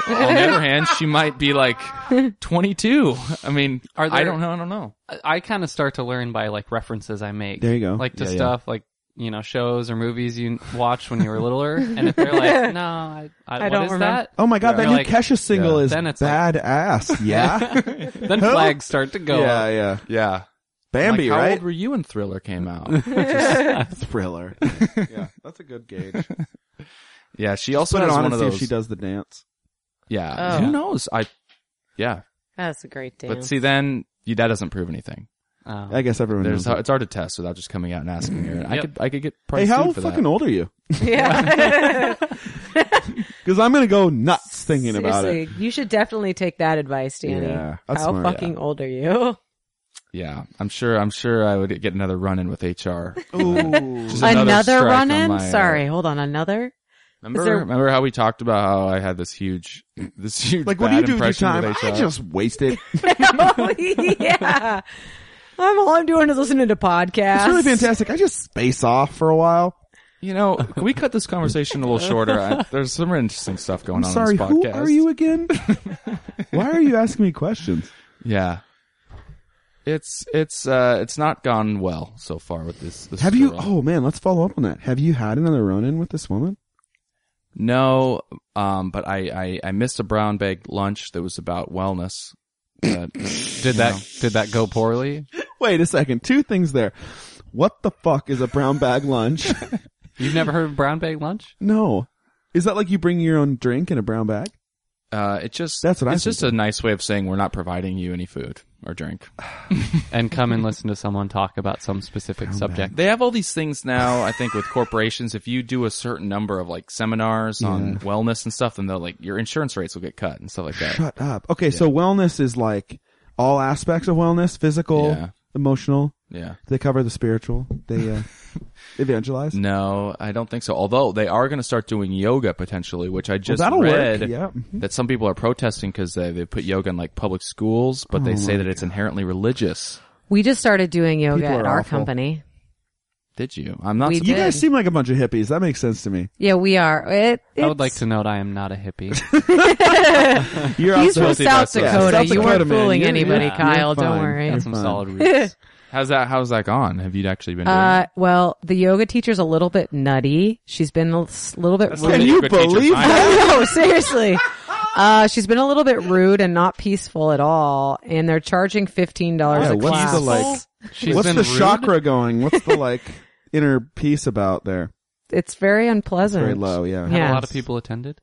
Or uh, on the other hand, she might be like 22. I mean,
Are
I
there-
don't know. I don't know.
I- I kind of start to learn by like references I make.
There you go.
Like to
Yeah, yeah.
stuff like you know shows or movies you watched when you were littler, and if they're like, no, I, I, what
don't
is
remember.
that?
Oh my god, that
You're
new
like-
Kesha single
Yeah.
is
Then it's like-
badass. yeah.
Then flags start to go.
yeah,
up.
yeah.
Yeah.
Bambi,
like, how
right?
old were you when Thriller came out?
Thriller. yeah, that's a good gauge.
yeah, she also
Put it
has
on
one
and
of
see
those.
if she does the dance.
Yeah,
Oh.
who knows? I, yeah,
That's a great dance.
but see, then you, that doesn't prove anything.
Oh.
I guess everyone
There's
knows.
it's hard to test without just coming out and asking her. And I
Yep.
could I could get
Mm-hmm.
probably
hey, how
sued for that.
fucking old are you?
yeah.
Because I'm gonna go nuts thinking about it.
Seriously, You should definitely take that advice, Danny.
Yeah, that's
How
smart.
fucking old are you?
Yeah, I'm sure. I'm sure I would get another run in with HR.
Ooh.
Just
Another,
strike on
run in?
my, uh,
Sorry, hold on. Another?
remember,
there-
remember how we talked about how I had this huge, this huge
like, what do
bad
you do with
impression
your time?
with
I
HR?
just wasted.
oh, yeah. I'm all I'm doing is listening to podcasts.
It's really fantastic. I just space off for a while.
you know, can we cut this conversation a little shorter? I, there's some interesting stuff going
I'm
on.
sorry.
in this
Who
podcast.
are you again? Why are you asking me questions?
Yeah. It's it's uh it's not gone well so far with this. this
Have you?
girl.
Oh man, let's follow up on that. Have you had another run-in with this woman?
No, um, but I, I I missed a brown bag lunch that was about wellness. Uh,
Did that did that go poorly?
Wait a second. Two things there. What the fuck is a brown bag lunch?
You've never heard of brown bag lunch?
no. Is that like you bring your own drink in a brown bag?
uh, it just
That's what I'm
It's just a nice way of saying we're not providing you any food or drink.
And come and listen to someone talk about some specific subject.
They have all these things now. I think with corporations, if you do a certain number of like seminars on wellness and stuff, then they'll like your insurance rates will get cut and stuff like that.
Shut up. Okay, so wellness is like all aspects of wellness, physical,
Yeah.
emotional.
Yeah.
They cover the spiritual. They uh, evangelize.
No, I don't think so. Although they are going to start doing yoga potentially, which I just
that'll
read
work, yeah. Mhm.
that some people are protesting because they they put yoga in like public schools, but
Oh
they say that it's inherently religious.
We just started doing yoga
People
at
are
our
awful.
company.
Did you? I'm not.
We
surprised.
You
did.
guys seem like a bunch of hippies. That makes sense to me.
Yeah, we are. It,
I would
it's-
like to note I am not a hippie.
You're
He's from
guilty
South
by
Dakota.
association.
South
you weren't
Dakota, man.
fooling
You're-
anybody,
yeah,
Kyle.
you're
Don't
fine.
worry.
Got some
fine.
solid roots.
How's that? How's that gone? Have you actually been? Doing
Uh,
it?
well, the yoga teacher's a little bit nutty. She's been a s- little bit
Well,
rude.
you
good teacher,
believe
fine.
no, seriously. Uh, she's been a little bit rude and not peaceful at all, and they're charging fifteen dollars
Yeah,
a
what's
class.
the like?
She's
what's
been
the
rude?
chakra going? What's the like inner peace about there?
It's very unpleasant.
Very low. Yeah.
Yeah.
A lot of people attended.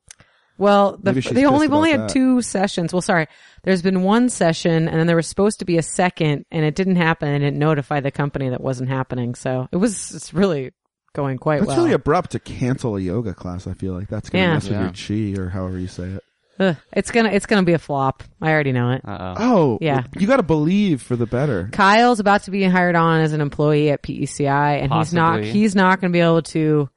Well, the,
Maybe she's
they
pissed
only
about
only had
that.
two sessions. Well, sorry, there's been one session, and then there was supposed to be a second, and it didn't happen, and it notified the company that wasn't happening. So it was it's really going quite
That's
well.
really abrupt to cancel a yoga class. I feel like that's gonna
Yeah.
mess with your chi or however you say it.
Ugh, it's gonna it's gonna be a flop. I already know it.
Uh oh.
Oh,
Yeah.
You got to believe for the better.
Kyle's about to be hired on as an employee at PECI, and he's not
Possibly.
he's not going to be able to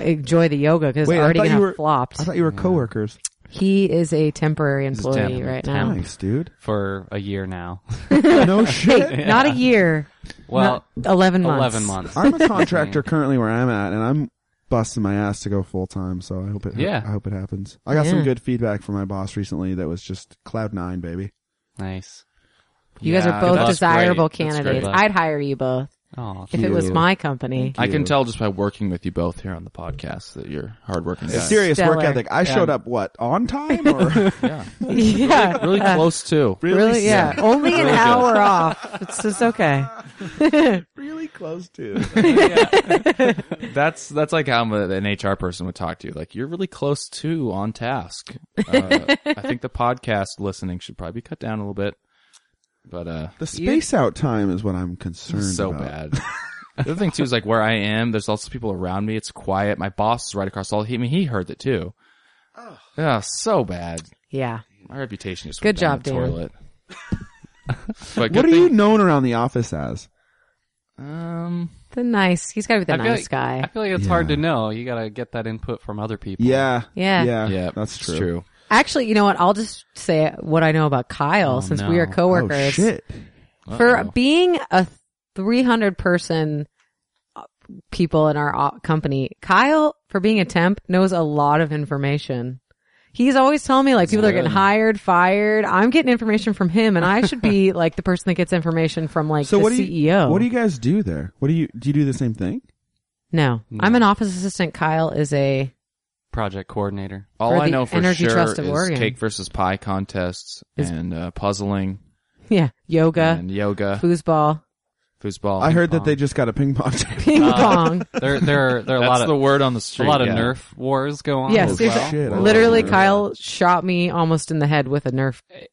enjoy the yoga because
Wait,
it's
I
already
thought
going
you
to
were-
have flopped.
I thought you were coworkers.
He is a temporary employee
temp-
right
temp.
now.
Nice, dude.
For a year now.
No shit.
Hey, not a year,
Well,
eleven months.
eleven months.
I'm a contractor currently where I'm at, and I'm busting my ass to go full time. So I hope it.
Yeah.
I hope it happens. I got some
Yeah.
good feedback from my boss recently that was just cloud nine, baby.
Nice.
You guys
Yeah,
are both
that's
desirable
great. That's
candidates.
great.
I'd hire you both
Oh,
if it was
you.
my company.
I can
you.
tell just by working with you both here on the podcast that you're hardworking guys.
Serious
Stellar.
work ethic. I showed up what on time or
Yeah,
yeah,
really close too.
really,
really, yeah. Only an
Really good.
hour off. It's just okay.
really close to.
That's that's like how I'm a- an HR person would talk to you. Like you're really close to on task. Uh, I think the podcast listening should probably be cut down a little bit. But uh,
The space out time is what I'm concerned
so
about.
bad. the other thing too is like where I am. There's also people around me. It's quiet. My boss is right across all. He, I mean, he heard it too. Yeah, so bad.
Yeah.
My reputation is
Good job,
the
Dan.
toilet. but
What
good
are you
thing-
known around the office as?
Um,
The nice. He's got to be the
I feel
nice
like,
guy.
I feel like it's hard to know. You gotta get that input from other people.
Yeah.
Yeah.
Yeah.
yeah,
That's
it's
true.
Actually, you know what? I'll just say what I know about Kyle since we
no.
are coworkers.
Oh shit.
For
Uh-oh.
being a 300 person uh, people in our o- company, Kyle, for being a temp, knows a lot of information. He's always telling me like people are getting
good.
hired, fired. I'm getting information from him and I should be like the person that gets information from like
So
the E
what do
CEO.
you what do you guys do there? What do you do you do the same thing?
no, I'm an office assistant. Kyle is a,
Project coordinator.
all
for
I
the
know for
Energy
sure
Trust of
is
Oregon.
cake versus pie contests and uh, puzzling
yeah, yoga,
and yoga,
foosball,
foosball.
I heard that they just got a ping pong table.
ping pong.
There, there, are, there are
That's
a lot of
the word on the
a
street.
lot of
yeah.
Nerf wars go on.
Yes,
as
there's-
well.
shit. I
Literally,
love
Kyle shot me almost in the head with a Nerf
I,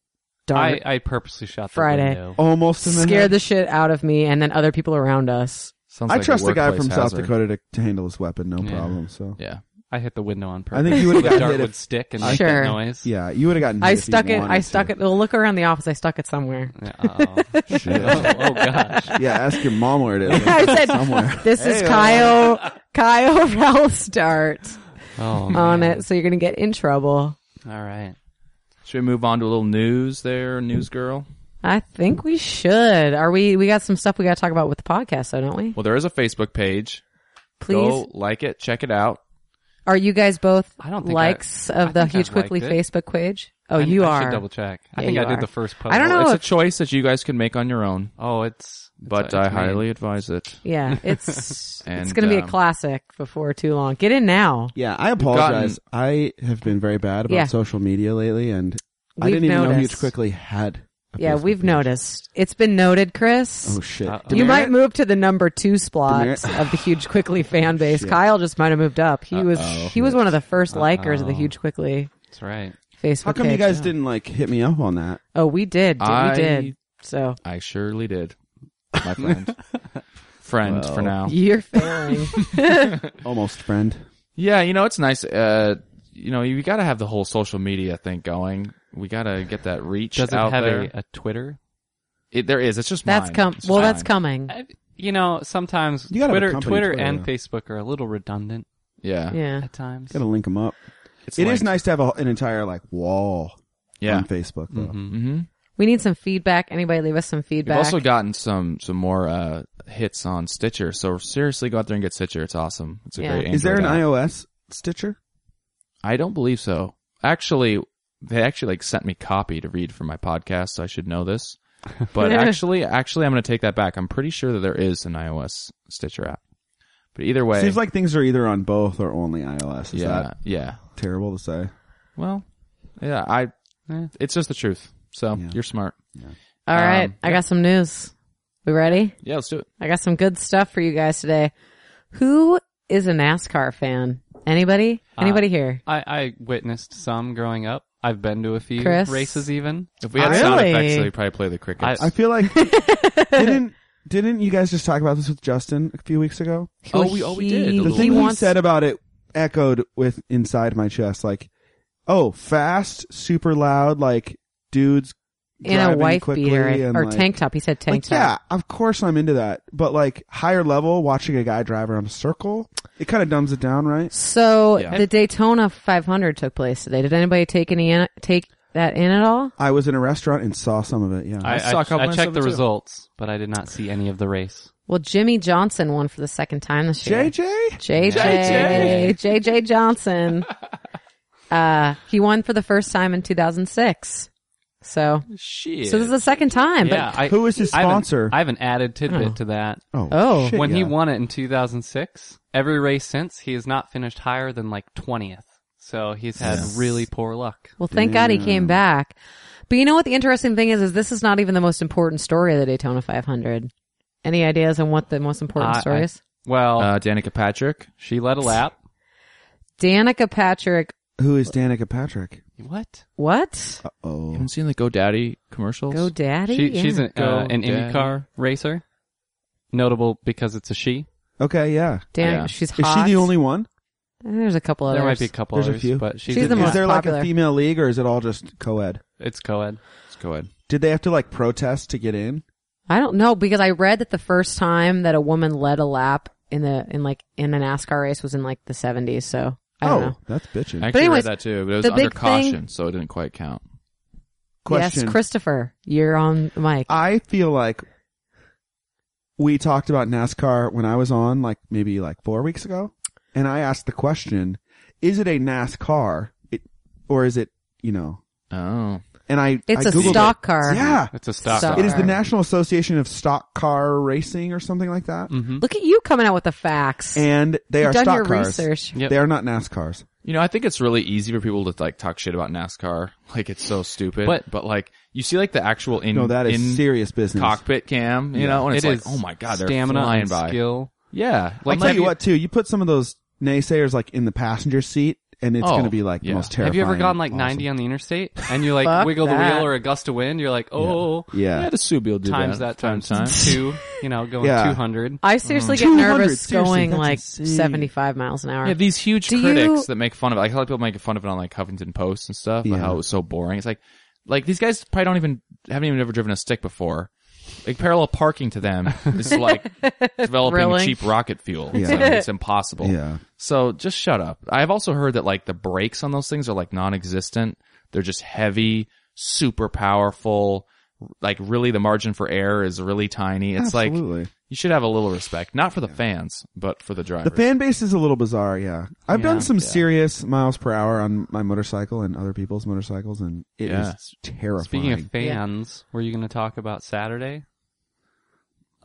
dart.
I purposely shot the
Friday.
Oh.
window.
Almost in the
scared
head.
the shit out of me, and then other people around us.
Sounds
I
like
trust the guy
workplace
from South
hazard.
Dakota to, to handle his weapon, no
Yeah.
problem. So
Yeah,
I hit the window on
I
purpose.
think you would
the
have
dart
gotten hit.
would
If,
stick and
I-
make
Sure.
that noise.
yeah, you would have gotten. Hit
I
if you
stuck it. I
wanted
stuck
to.
it. Well, look around the office. I stuck it somewhere.
Yeah, uh-oh. oh, oh gosh.
Yeah, ask your mom where it is.
I said,
Somewhere.
"This is
uh."
Kyle. Kyle Ralph's dart
Oh,
on
man.
it." So you're gonna get in trouble.
All right.
should we move on to a little news there, news girl?
I think we should. Are we? We got some stuff we got to talk about with the podcast, though, don't we?
Well, there is a Facebook page.
Please.
Go like it, check it out.
Are you guys both
I don't think
likes
I-
of
I
the
think
huge
I've
quickly
liked it.
Facebook page? Oh,
I-
you
I
are.
should double check. I
Yeah,
think
you
I did
are.
the first post.
I don't know
It's
if-
a choice that you guys can make on your own,
Oh, it's. it's
but
uh,
I
it's me.
highly advise it.
Yeah, it's it's
And,
gonna be a
um,
classic before too long. Get in now.
Yeah, I apologize. I have been very bad about
Yeah.
social media lately, and I
We've
didn't even know
noticed.
Huge quickly had. A
Yeah,
Facebook
we've
page.
noticed. It's been noted, Chris.
Oh shit!
Uh-oh.
you might
Demerit?
move to the number two spot
Demerit-
of the huge quickly fan base. Kyle just might have moved up. He was he was one of the 1st likers of the huge quickly
That's right.
Facebook.
How come you
page.
guys didn't like hit me up on that?
Oh, we did. Dude,
I-
We did. So
I surely did, my friend. friend for
Oh.
now.
you're failing.
Almost friend.
Yeah, you know it's nice. Uh, you know you got to have the whole social media thing going. We got to get that reach
Does it
out
have
there.
a, a Twitter?
It- there is. It's just
that's
mine.
com.
It's just
Well, that's
mine.
coming.
I, you know, sometimes
You gotta have a
Twitter,
company
Twitter,
Twitter,
and
though.
Facebook are a little redundant
Yeah,
Yeah.
at times.
Gotta link them up.
It's
It is
like-
nice to have a, an entire like wall
Yeah,
on Facebook though.
mm-hmm.
We need some feedback. Anybody leave us some
We've
feedback?
also gotten some some more uh, hits on Stitcher. So seriously, go out there and get Stitcher. It's awesome. It's a
Yeah.
great.
Is there an
Android app.
iOS Stitcher?
I don't believe so. Actually, they actually like sent me copy to read for my podcast, so I should know this. But actually, actually, I'm going to take that back. I'm pretty sure that there is an iOS Stitcher app. But either way,
Seems like things are either on both or only iOS. Is
yeah,
that
yeah.
terrible to say?
Well, yeah. I. It's just the truth. So you're smart.
All right,
um,
I got some news. We ready?
Yeah, let's do it.
I got some good stuff for you guys today. Who is a NASCAR fan? Anybody? Anybody here?
I, I witnessed some growing up. I've been to a few
Chris?
races even.
If we had sound
Really?
effects, they'd probably play the crickets.
I feel like didn't didn't you guys just talk about this with Justin a few weeks ago?
oh, we- oh, we did.
He-
The
The
he
thing he
wants-
said about it echoed with inside my chest, like, "Oh, fast, super loud, like dudes
in a
driving
wife
quickly
beater
and,
or
like-
tank top. He said tank
Like,
top.
yeah, of course I'm into that, but like higher level, watching a guy drive around a circle, it kind of dumbs it down, right?
So
Yeah.
the Daytona 500 took place today. Did anybody take any in, take that in at all?
I was in a restaurant and saw some of it. Yeah,
I,
saw a couple
I
minutes
checked
of
the
it, too.
results, but I did not see any of the race.
Well, Jimmy Johnson won for the second time this year.
JJ,
JJ JJ, Johnson. Uh, he won for the first time in 2006. So,
Shit.
so this is the second time.
yeah,
But
I,
who is his
I haven't-
sponsor?
I have an added tidbit to that.
oh,
Oh.
shit,
when he
yeah.
won it in 2006, every race since, he has not finished higher than like 20th. So he's had really poor luck.
Well, thank God he came back. But you know what the interesting thing is, is this is not even the most important story of the Daytona 500. Any ideas on what the most important
I-
story
I-
is?
Well,
uh, Danica Patrick.
she led a lap.
Danica Patrick
who is Danica Patrick?
What?
What?
You
Oh,
haven't seen the GoDaddy commercials?
Go daddy?
She, She's
Yeah.
an, uh, an
Go,
IndyCar racer, notable because it's a she.
okay, yeah.
Damn,
yeah.
she's hot.
Is she the only one?
And There's a couple others.
There might be a couple
There's a
others,
few.
but she's,
She's
in
the
it.
most
Is there like
popular.
a female league, or is it all just co-ed?
It's co-ed.
Let's go ahead.
Did they have to like protest to get in?
I don't know because I read that the first time that a woman led a lap in the in like in a NASCAR race was in like the 70s. So I don't know.
oh, that's bitching.
I actually
anyways,
read that too, but it was
the
under
big thing-
caution, so it didn't quite count.
Question.
Yes, Christopher, you're on the mic.
I feel like we talked about NASCAR when I was on, like maybe like four weeks ago, and I asked the question: Is it a NASCAR, it, or is it you know?
Oh.
And I
it's
I
a
Googled it.
stock car.
Yeah,
It's a stock.
Stock.
car.
it is the
Car.
National Association of Stock Car Racing or something like that,
Mhm.
Look at you coming out with the facts.
and they
You've
are
done
stock
your
cars. Mm.
research.
Yep.
They are not NASCARs.
You know, I think it's really easy for people to like talk shit about NASCAR. Like it's so stupid.
But-
but like you see like the actual in
No, that is
in
serious business.
cockpit cam, you know, and it's
It
like,
is
oh my god, they're
stamina
flying
and
by.
skill.
Yeah,
I'll
like
tell
have
you what, too. You put some of those naysayers like in the passenger seat, and it's
Oh,
going to be like
yeah.
the most terrifying.
Have you ever gone like
awesome.
90 on the interstate and you like
Fuck
wiggle the
that.
wheel or a gust of wind? You're like, oh,
Yeah,
Yeah,
the Subi will do
times
that,
that,
from
times
time.
two, you know, going
Yeah.
200.
I seriously get
200,
nervous
seriously,
going
that's
like
insane.
75 miles an hour.
Yeah, these huge
Do
critics
you-
that make fun of it. Like a lot of people make fun of it on like Huffington Post and stuff.
Yeah.
About how it was so boring. It's like, like these guys probably don't even haven't even ever driven a stick before. Like parallel parking to them is like developing
Thrilling.
cheap rocket fuel.
Yeah.
It's, like, it's impossible.
yeah.
So just shut up. I've also heard that like the brakes on those things are like non-existent. They're just heavy, super powerful. Like really, the margin for error is really tiny. It's like
Absolutely.
you should have a little respect, not for the fans, but for the drivers.
The fan base is a little bizarre, yeah. I've
Yeah.
done some serious miles per hour on my motorcycle and other people's motorcycles, and it is
Yeah.
terrifying.
Speaking of fans, were you going to talk about Saturday?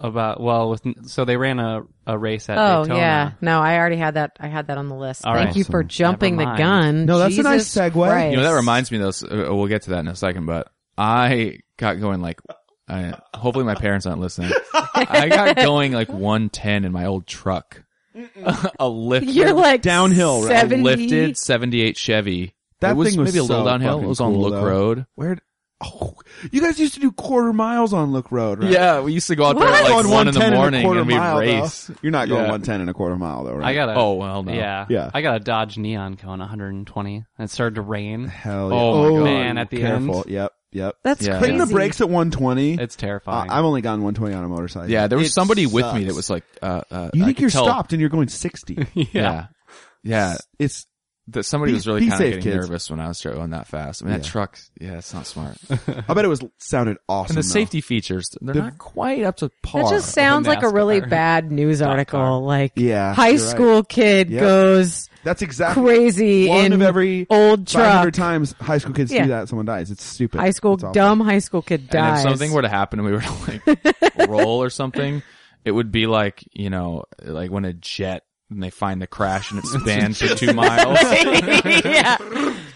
About well, with so they ran a, a race at
oh
Daytona.
yeah. No, I already had that. I had that on the list.
All
Thank
right.
you for
Awesome.
jumping the
Never mind.
gun.
No, that's a
Jesus
nice segue.
Christ.
You know, that reminds me though, so, uh, we'll get to that in a second, but I got going like, I, hopefully my parents aren't listening. I got going like 110 in my old truck. a lift.
You're like
Downhill, right?
70.
Lifted 78 Chevy.
That
it was
thing was
maybe a little
so
downhill. It
fucking
was on
cool,
Look
though.
Road.
Where? Oh, you guys used to do quarter miles on Look Road, right?
Yeah, we used to go out there
What?
at like
Going
1 in
110
the
and a
morning and,
quarter
we'd
mile, though.
race.
You're not going
Yeah.
110 and a quarter mile though, right?
I got a
Oh, well, no.
yeah
Yeah.
I got a Dodge Neon going 120 and it started to rain.
Hell yeah.
Oh, my God.
Man, at the
careful.
end.
Yep, yep.
That's
Yeah.
crazy.
Hitting the brakes at 120.
It's
Uh,
terrifying.
I've only gone 120 on a motorcycle.
Yeah, there was
It
somebody with
sucks.
me that was like, uh, uh,
You
I
think
could
you're
tell-
stopped and you're going 60.
Yeah. Yeah.
It's
That somebody
Be-
was really
be
kind of
safe,
getting
kids.
nervous when I was going that fast. I mean, that
Yeah.
truck, yeah, it's not smart.
I bet it was sounded awesome.
and the
though.
safety features they're
The-
not quite up to par.
That just sounds like a
NASCAR.
really bad news
car.
article. Like,
Yeah,
high
you're right.
school kid
Yep.
goes
That's exactly
crazy
one
in
of every
old
500
truck.
times high school kids
Yeah.
do that. Someone dies. It's stupid.
High school
It's awful.
dumb high school kid
and
dies.
if something were to happen and we were to like roll or something, it would be like you know, like when a jet and they find the crash and it's spanned for two miles.
yeah.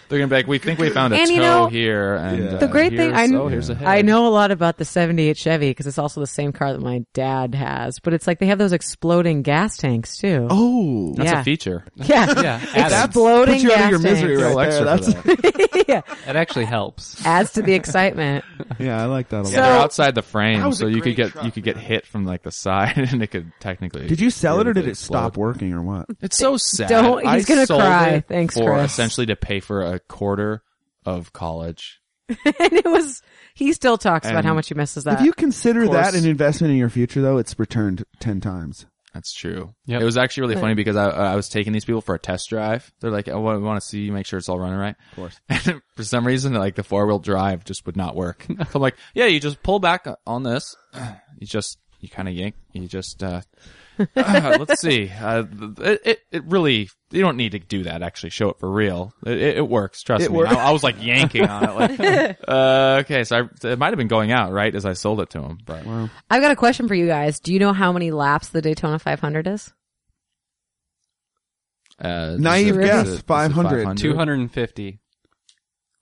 They're gonna be like, we think we found a
And
toe
you know,
here. And
Yeah.
the great thing-
here's-
I kn-
oh, here's a head.
I know a lot about the 78 Chevy because it's also the same car that my dad has, but it's like they have those exploding gas tanks too.
Oh,
that's
yeah.
a feature.
yeah.
yeah, added.
Exploding
puts you
gas
out of your
tanks.
misery
A
right
little
there.
extra for
That's,
that.
yeah.
it actually helps.
Adds to the excitement.
yeah, I like that a lot.
Yeah, they're
So-
outside the
That
frame,
was
so
a
you could
great
get
truck,
you could get hit from like the side, and it could technically.
did you sell it or did
theoretically
it stop
explode.
working or what?
It's so sad.
Don't- he's
I
gonna
sold
cry.
it
Thanks,
for
Chris.
essentially to pay for a quarter of college.
and it was, he still talks about
And
how much he misses that.
If you consider
of course-
that an investment in your future, though, it's returned ten times.
That's true.
Yep.
It was actually really funny because I, I was taking these people for a test drive. They're like, "Oh, I want, to see you, make sure it's all running right. Of
course.
And for some reason, like the four wheel drive just would not work. so I'm like, yeah, you just pull back on this. You just, you kind of yank. You just, uh, uh, let's see. Uh, th- it, it, it really, you don't need to do that actually. Show it for real. It, it, it works. Trust
It
me.
works.
I, I was like yanking on it. Like, uh, okay. So I, it might have been going out right as I sold it to him, but
I've got a question for you guys. Do you know how many laps the Daytona 500 is?
uh,
Naive guess, 500.
250.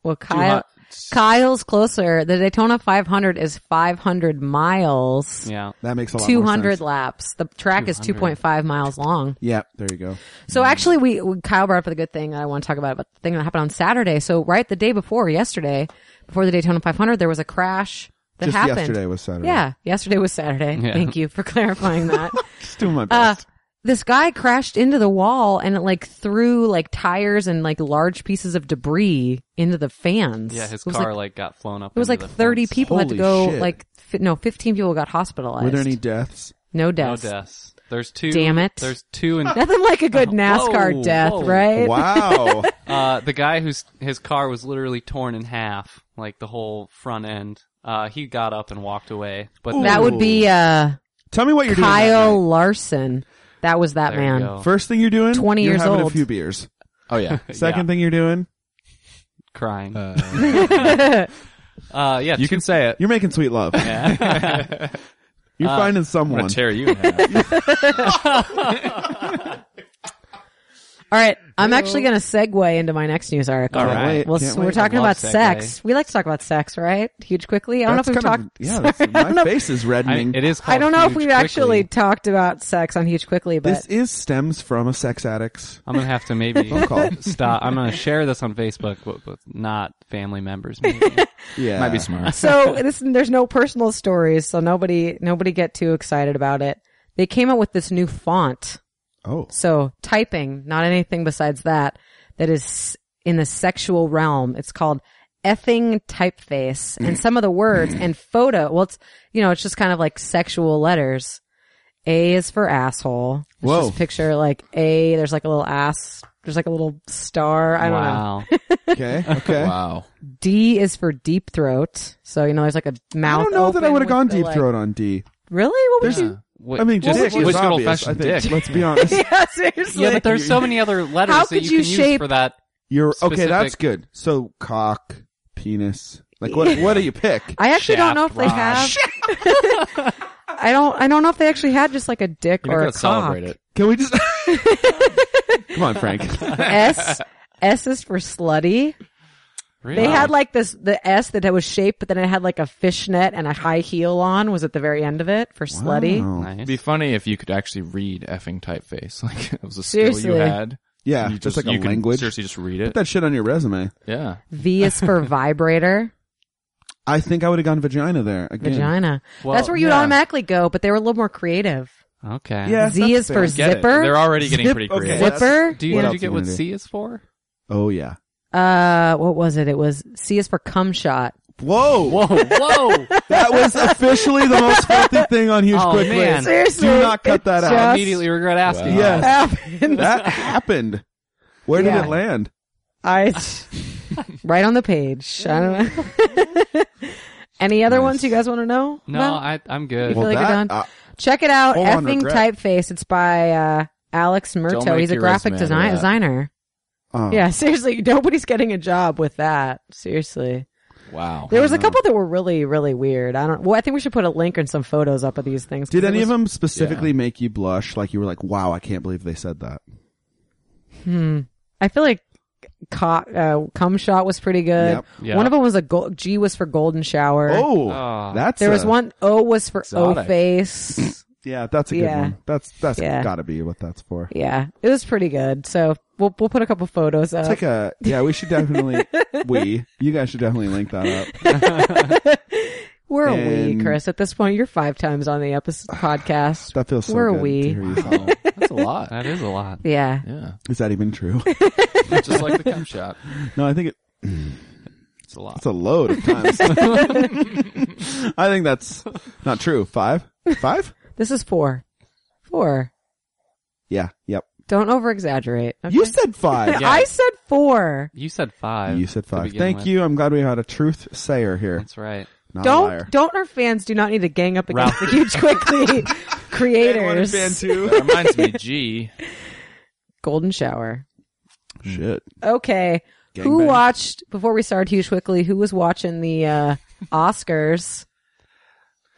Well, Kyle, Kyle's closer. The Daytona 500 is 500 miles,
Yeah.
That makes a lot more
200
sense.
laps. The track is 2.5 miles long.
Yeah, there you go.
So actually, we, we Kyle brought up a good thing that I want to talk about, about the thing that happened on Saturday. So right the day before, yesterday, before the Daytona 500, there was a crash that
Just
happened.
yesterday was Saturday.
Yeah, yesterday was Saturday.
Yeah.
Thank you for clarifying that.
Just doing my
uh,
best.
this guy crashed into the wall and it like threw like tires and like large pieces of debris into the fans.
Yeah, his
it was,
car
Like,
like, got flown up.
it was
into
like
the
30
fence.
people had to
Holy
go.
shit.
Like fi- no, 15 people got hospitalized.
Were there any deaths?
no
No
deaths?
deaths. There's two.
Damn it.
There's two and
Nothing like a good NASCAR
whoa,
death,
whoa.
right?
Wow.
Uh, the guy whose his car was literally torn in half, like the whole front end. Uh, he got up and walked away. But
That would be uh
Tell me what you're
Kyle
doing.
Larson. That was that
There you
man.
go.
First thing you're doing,
20
you're
years
having
old.
a few beers.
Oh yeah.
Second thing you're doing,
crying. Uh, yeah,
You can say it.
you're making sweet love. you're finding
Uh, I'm
someone.
gonna tear you in half.
All right, I'm actually going to segue into my next news article.
All right.
Well,
Can't
so we're
wait.
talking
I love
about sex.
segue.
We like to talk about sex, right? Huge quickly. I don't
That's
know if we've
kind
talked.
of- yeah, that's,
I don't know
my
if-
face is
I,
reddening.
it is.
I don't know if we've
we
actually talked about sex on Huge Quickly, but
this is stems from a sex addict's
I'm gonna have to maybe
phone call.
stop. I'm gonna share this on Facebook, but, but not family members. Maybe.
yeah,
Might be smart.
so this there's no personal stories, so nobody nobody get too excited about it. They came out with this new font.
Oh,
So typing, not anything besides that, that is in the sexual realm. It's called effing typeface and some of the words and photo. Well, it's, you know, it's just kind of like sexual letters. A is for asshole. It's
Whoa.
Just picture like A, there's like a little ass. There's like a little star. I don't know.
wow.
Oh, okay, okay.
Wow.
D is for deep throat. So, you know, there's like a mouth.
I don't know that I
open
would have
with
gone
the,
deep
like-
throat on D.
Really? What would you?
What-
I mean,
what
dick
would you-
was
was good
obvious.
old-fashioned
I think.
dick.
Let's be honest.
Yeah, seriously.
yeah, but there's so many other letters
How
that
could
you,
you
can
shape-
use for that.
You're okay.
Specific-
That's good. So cock, penis. Like what? What do you pick?
I actually don't know if they
Shaft
have. I don't. I don't know if they actually had just like a dick
You
or a
gotta
cock.
celebrate it.
Can we just? Come on, Frank.
S S is for slutty.
Really?
They had like this the S that was shaped, but then it had like a fishnet and a high heel on. Was at the very end of it for slutty.
Wow.
Nice.
It'd be funny if you could actually read effing typeface. Like it was a skill you
Seriously.
had.
Yeah,
and you
just, like a
you could
language.
Seriously, just read it.
Put that shit on your resume.
yeah.
V is for vibrator.
I think I would have gone vagina there again.
Vagina. that's where you'd
yeah.
automatically go, but they were a little more creative.
Okay.
Yeah,
Z
that's
is
fair.
for
Get it.
zipper.
They're already getting
Zip-
pretty
okay.
creative.
What
zipper.
Do you,
What
did
else
you
you
get
gonna
what
do?
C is for?
Oh yeah.
Uh, what was it? It was C is for cum shot.
Whoa,
whoa!
that was officially the most filthy thing on Huge
Oh,
Quick
man.
List.
Seriously,
Do not cut
it
that
just-
out.
I immediately regret asking.
Wow.
that.
Yes,
Happened.
that happened. Where
Yeah.
did it land?
I right on the page. I don't know. Any other ones you guys want to know?
No,
about?
I, I'm good.
feel like you're
that, uh,
done? Check it out.
Full on
Effing
regret.
typeface. It's by uh, Alex Murto.
make
He's a
your
graphic
resume out of
design-
that.
designer.
uh,
Yeah, seriously, nobody's getting a job with that. Seriously,
Wow.
there was a couple that were really, really weird. I don't. Well, I think we should put a link and some photos up of these things.
Did
'cause it
any
was-
of them specifically make you blush? Like you were like, "Wow, I can't believe they said that."
I feel like cock, uh, cum shot was pretty good.
Yep.
Yeah.
One of them was a go- G was for golden shower.
Oh,
Oh.
that's
There was
a-
one O was for O
Exotic.
face.
Yeah, that's a good
Yeah.
one. That's that's
Yeah.
got to be what that's for.
yeah, it was pretty good. So we'll we'll put a couple photos up.
It's like a yeah. We should definitely we you guys should definitely link that up.
We're a wee,
and-
Chris. At this point, you're five times on the episode podcast.
That feels so
We're a
good to
wee.
hear you say.
That's a lot.
That is a lot.
Yeah.
Yeah.
Is that even true?
Just like the cum shot.
No, I think it,
It's a lot.
it's a load of times. I think that's not true. Five, five.
This is four. Four.
Yeah. Yep.
Don't over exaggerate.
You said five.
Yeah.
I said four.
You said five.
You said
to
five.
begin
Thank
with.
you. I'm glad we had a truth sayer here.
That's right.
Not
Don't
a liar.
don't our fans do not need to gang up against
Ralph.
the huge quickly creators.
That reminds me, G.
Golden shower.
Shit.
Okay. who
Gangbang.
watched before we started huge quickly? Who was watching the uh, Oscars?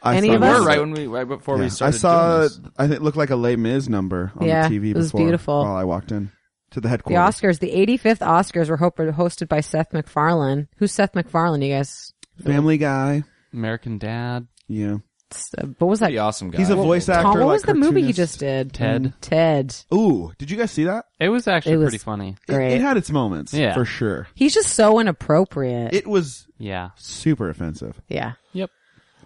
I
Any
saw
of
We
us?
that.
were right when we right before
Yeah.
we
I
started.
saw.
doing this.
I think it looked like a Les Mis number on
Yeah,
the TV
it was
before
beautiful.
while I walked in. to the
The
headquarters.
Oscars, the 85th Oscars were hope- hosted by Seth MacFarlane. Who's Seth MacFarlane, you guys?
Family Guy.
American Dad.
Yeah.
It's, uh, what was that?
Pretty awesome guy.
He's a voice actor.
Tom, what
like
was the movie he
cartoonist.
just did? Mm,
Ted.
Ted.
Ooh, did you guys see that?
It was actually
It was-
pretty funny.
It-
Great.
It, had its moments,
Yeah.
for sure.
He's just so inappropriate.
It was
Yeah.
super offensive.
yeah.
Yep.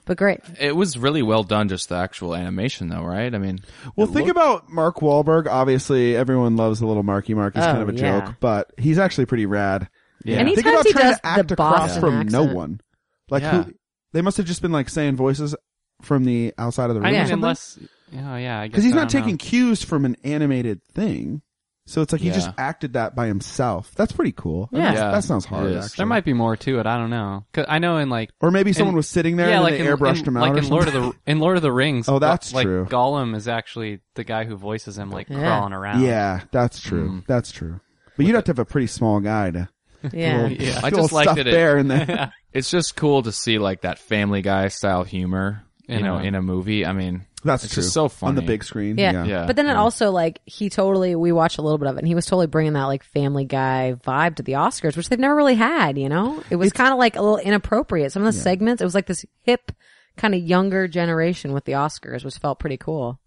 But great.
It was really well done, just the actual animation, though, right? I mean,
Well, think about Mark Wahlberg. Obviously, everyone loves the little Marky Mark. He's
Oh,
kind of a
yeah.
joke, but he's actually pretty rad.
Yeah.
And he
think
times
about
he
trying
does
to act
the
across
Boston
from no
accent.
one. Like
Yeah.
who, they must have just been like saying voices from the outside of the
I
room or
mean,
something.
unless. Oh, yeah.
Because he's not taking cues from an animated thing. So it's like he
Yeah.
just acted that by himself. That's pretty cool.
Yeah.
Yeah.
That sounds hard,
It is.
actually.
There might be more to it. I don't know. 'Cause I know in like.
or maybe someone
in-
was sitting there
yeah,
and
like
they
in,
airbrushed
in-
him out
like
or
in Lord of the in Lord of the Rings.
Oh, that's
like,
true.
Gollum is actually the guy who voices him, like
Yeah.
crawling around.
Yeah, that's true.
Mm.
That's true. But you'd have to have a pretty small guy to
Yeah.
yeah. I
feel
just like
stuffed
that it,
there and there.
it's just cool to see like that Family Guy style humor, you
In
know,
a-
in a movie. I mean,
That's
it's
true.
just so funny
on the big screen.
Yeah.
Yeah.
Yeah.
But then it also like he totally we watched a little bit of it and he was totally bringing that like family guy vibe to the Oscars which they've never really had, you know? It was kind of like a little inappropriate. Some of the segments it was like this hip kind of younger generation with the Oscars which felt pretty cool.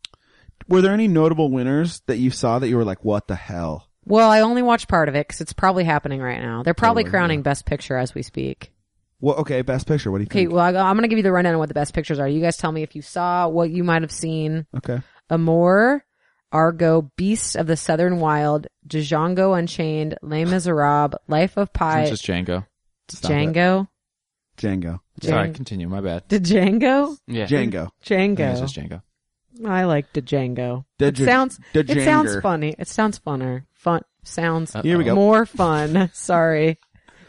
Were there any notable winners that you saw that you were like, "What the hell"?
Well, I only watched part of it cuz it's probably happening right now. They're
Oh,
probably crowning best picture as we speak.
Well, okay, best picture. What do you
Okay,
think?
well I, I'm going to give you the rundown of what the best pictures are. You guys tell me if you saw what you might have seen.
Okay,
Amour, Argo, Beasts of the Southern Wild, Django Unchained, Les Miserables, Life of
It's
Pi,
just Django. Stop it.
Django,
Django.
Sorry,
Django.
continue. My bad.
Django,
Yeah.
Django.
It's just
Django.
Django.
I like Django.
Da-
It sounds
da-
it sounds
Djanger.
funny. It sounds funner. Fun sounds
Here we go.
more fun. Sorry,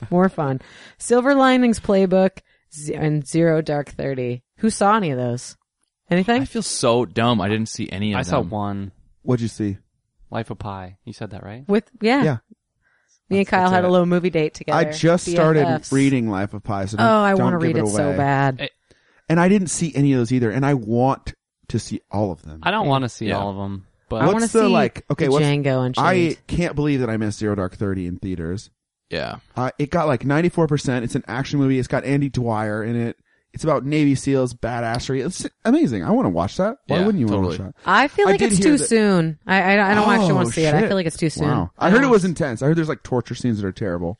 more fun. Silver Linings Playbook Z- and Zero Dark Thirty. Who saw any of those?
I
Anything?
feel so dumb. I didn't see any of
I
them.
saw one.
What'd you see?
Life of Pi. You said that right?
With yeah,
Yeah.
me and Kyle had a little movie date together.
I just started
BFFs.
reading Life of Pi. So don't,
Oh, I want to
don't give
read it, so
away.
bad.
And I didn't see any of those either. And I want to see all of them.
I don't want to see
Yeah.
all of them,
I
but
What's
want to
the,
see
like- okay,
the
what's-
Django
I
Unchained.
can't believe that I missed Zero Dark Thirty in theaters.
Yeah.
Uh, it got like 94%. It's an action movie. It's got Andy Dwyer in it. It's about Navy SEALs, badassery. It's amazing. I want to watch that. Why
Yeah,
wouldn't you
totally.
want to watch that?
I, feel
I
like
did
it's
hear
too
that-
soon. I I, I don't actually
Oh,
want to see it. I
shit.
feel like it's too soon. Um,
Wow. I heard it
don't-
was intense. I heard there's like torture scenes that are terrible.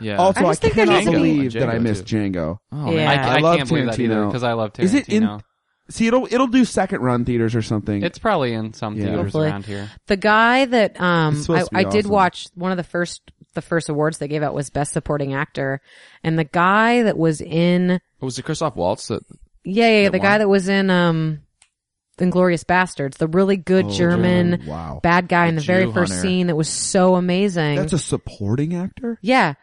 Yeah.
Also,
I
I,
just think
cannot
there needs to be-
believe that I
Django,
missed
too.
Django.
oh,
Yeah.
man.
I,
I
I
love
can't believe that either
Tarantino.
because I love Tarantino.
Is it in- See, it'll, it'll do second run theaters or something.
It's probably in some
Yeah.
theaters
Hopefully.
around here.
The guy that um I,
It's supposed to
I
be
did
awesome.
watch one of the first the first awards they gave out was best supporting actor, and the guy that was in
Was it Christoph Waltz that
yeah yeah, yeah
That
the guy
won?
that was in um Inglorious Bastards, the really good
Oh,
German
Wow.
bad guy in
The
the very
Jew
first
hunter.
scene that was so amazing.
That's a supporting actor?
yeah.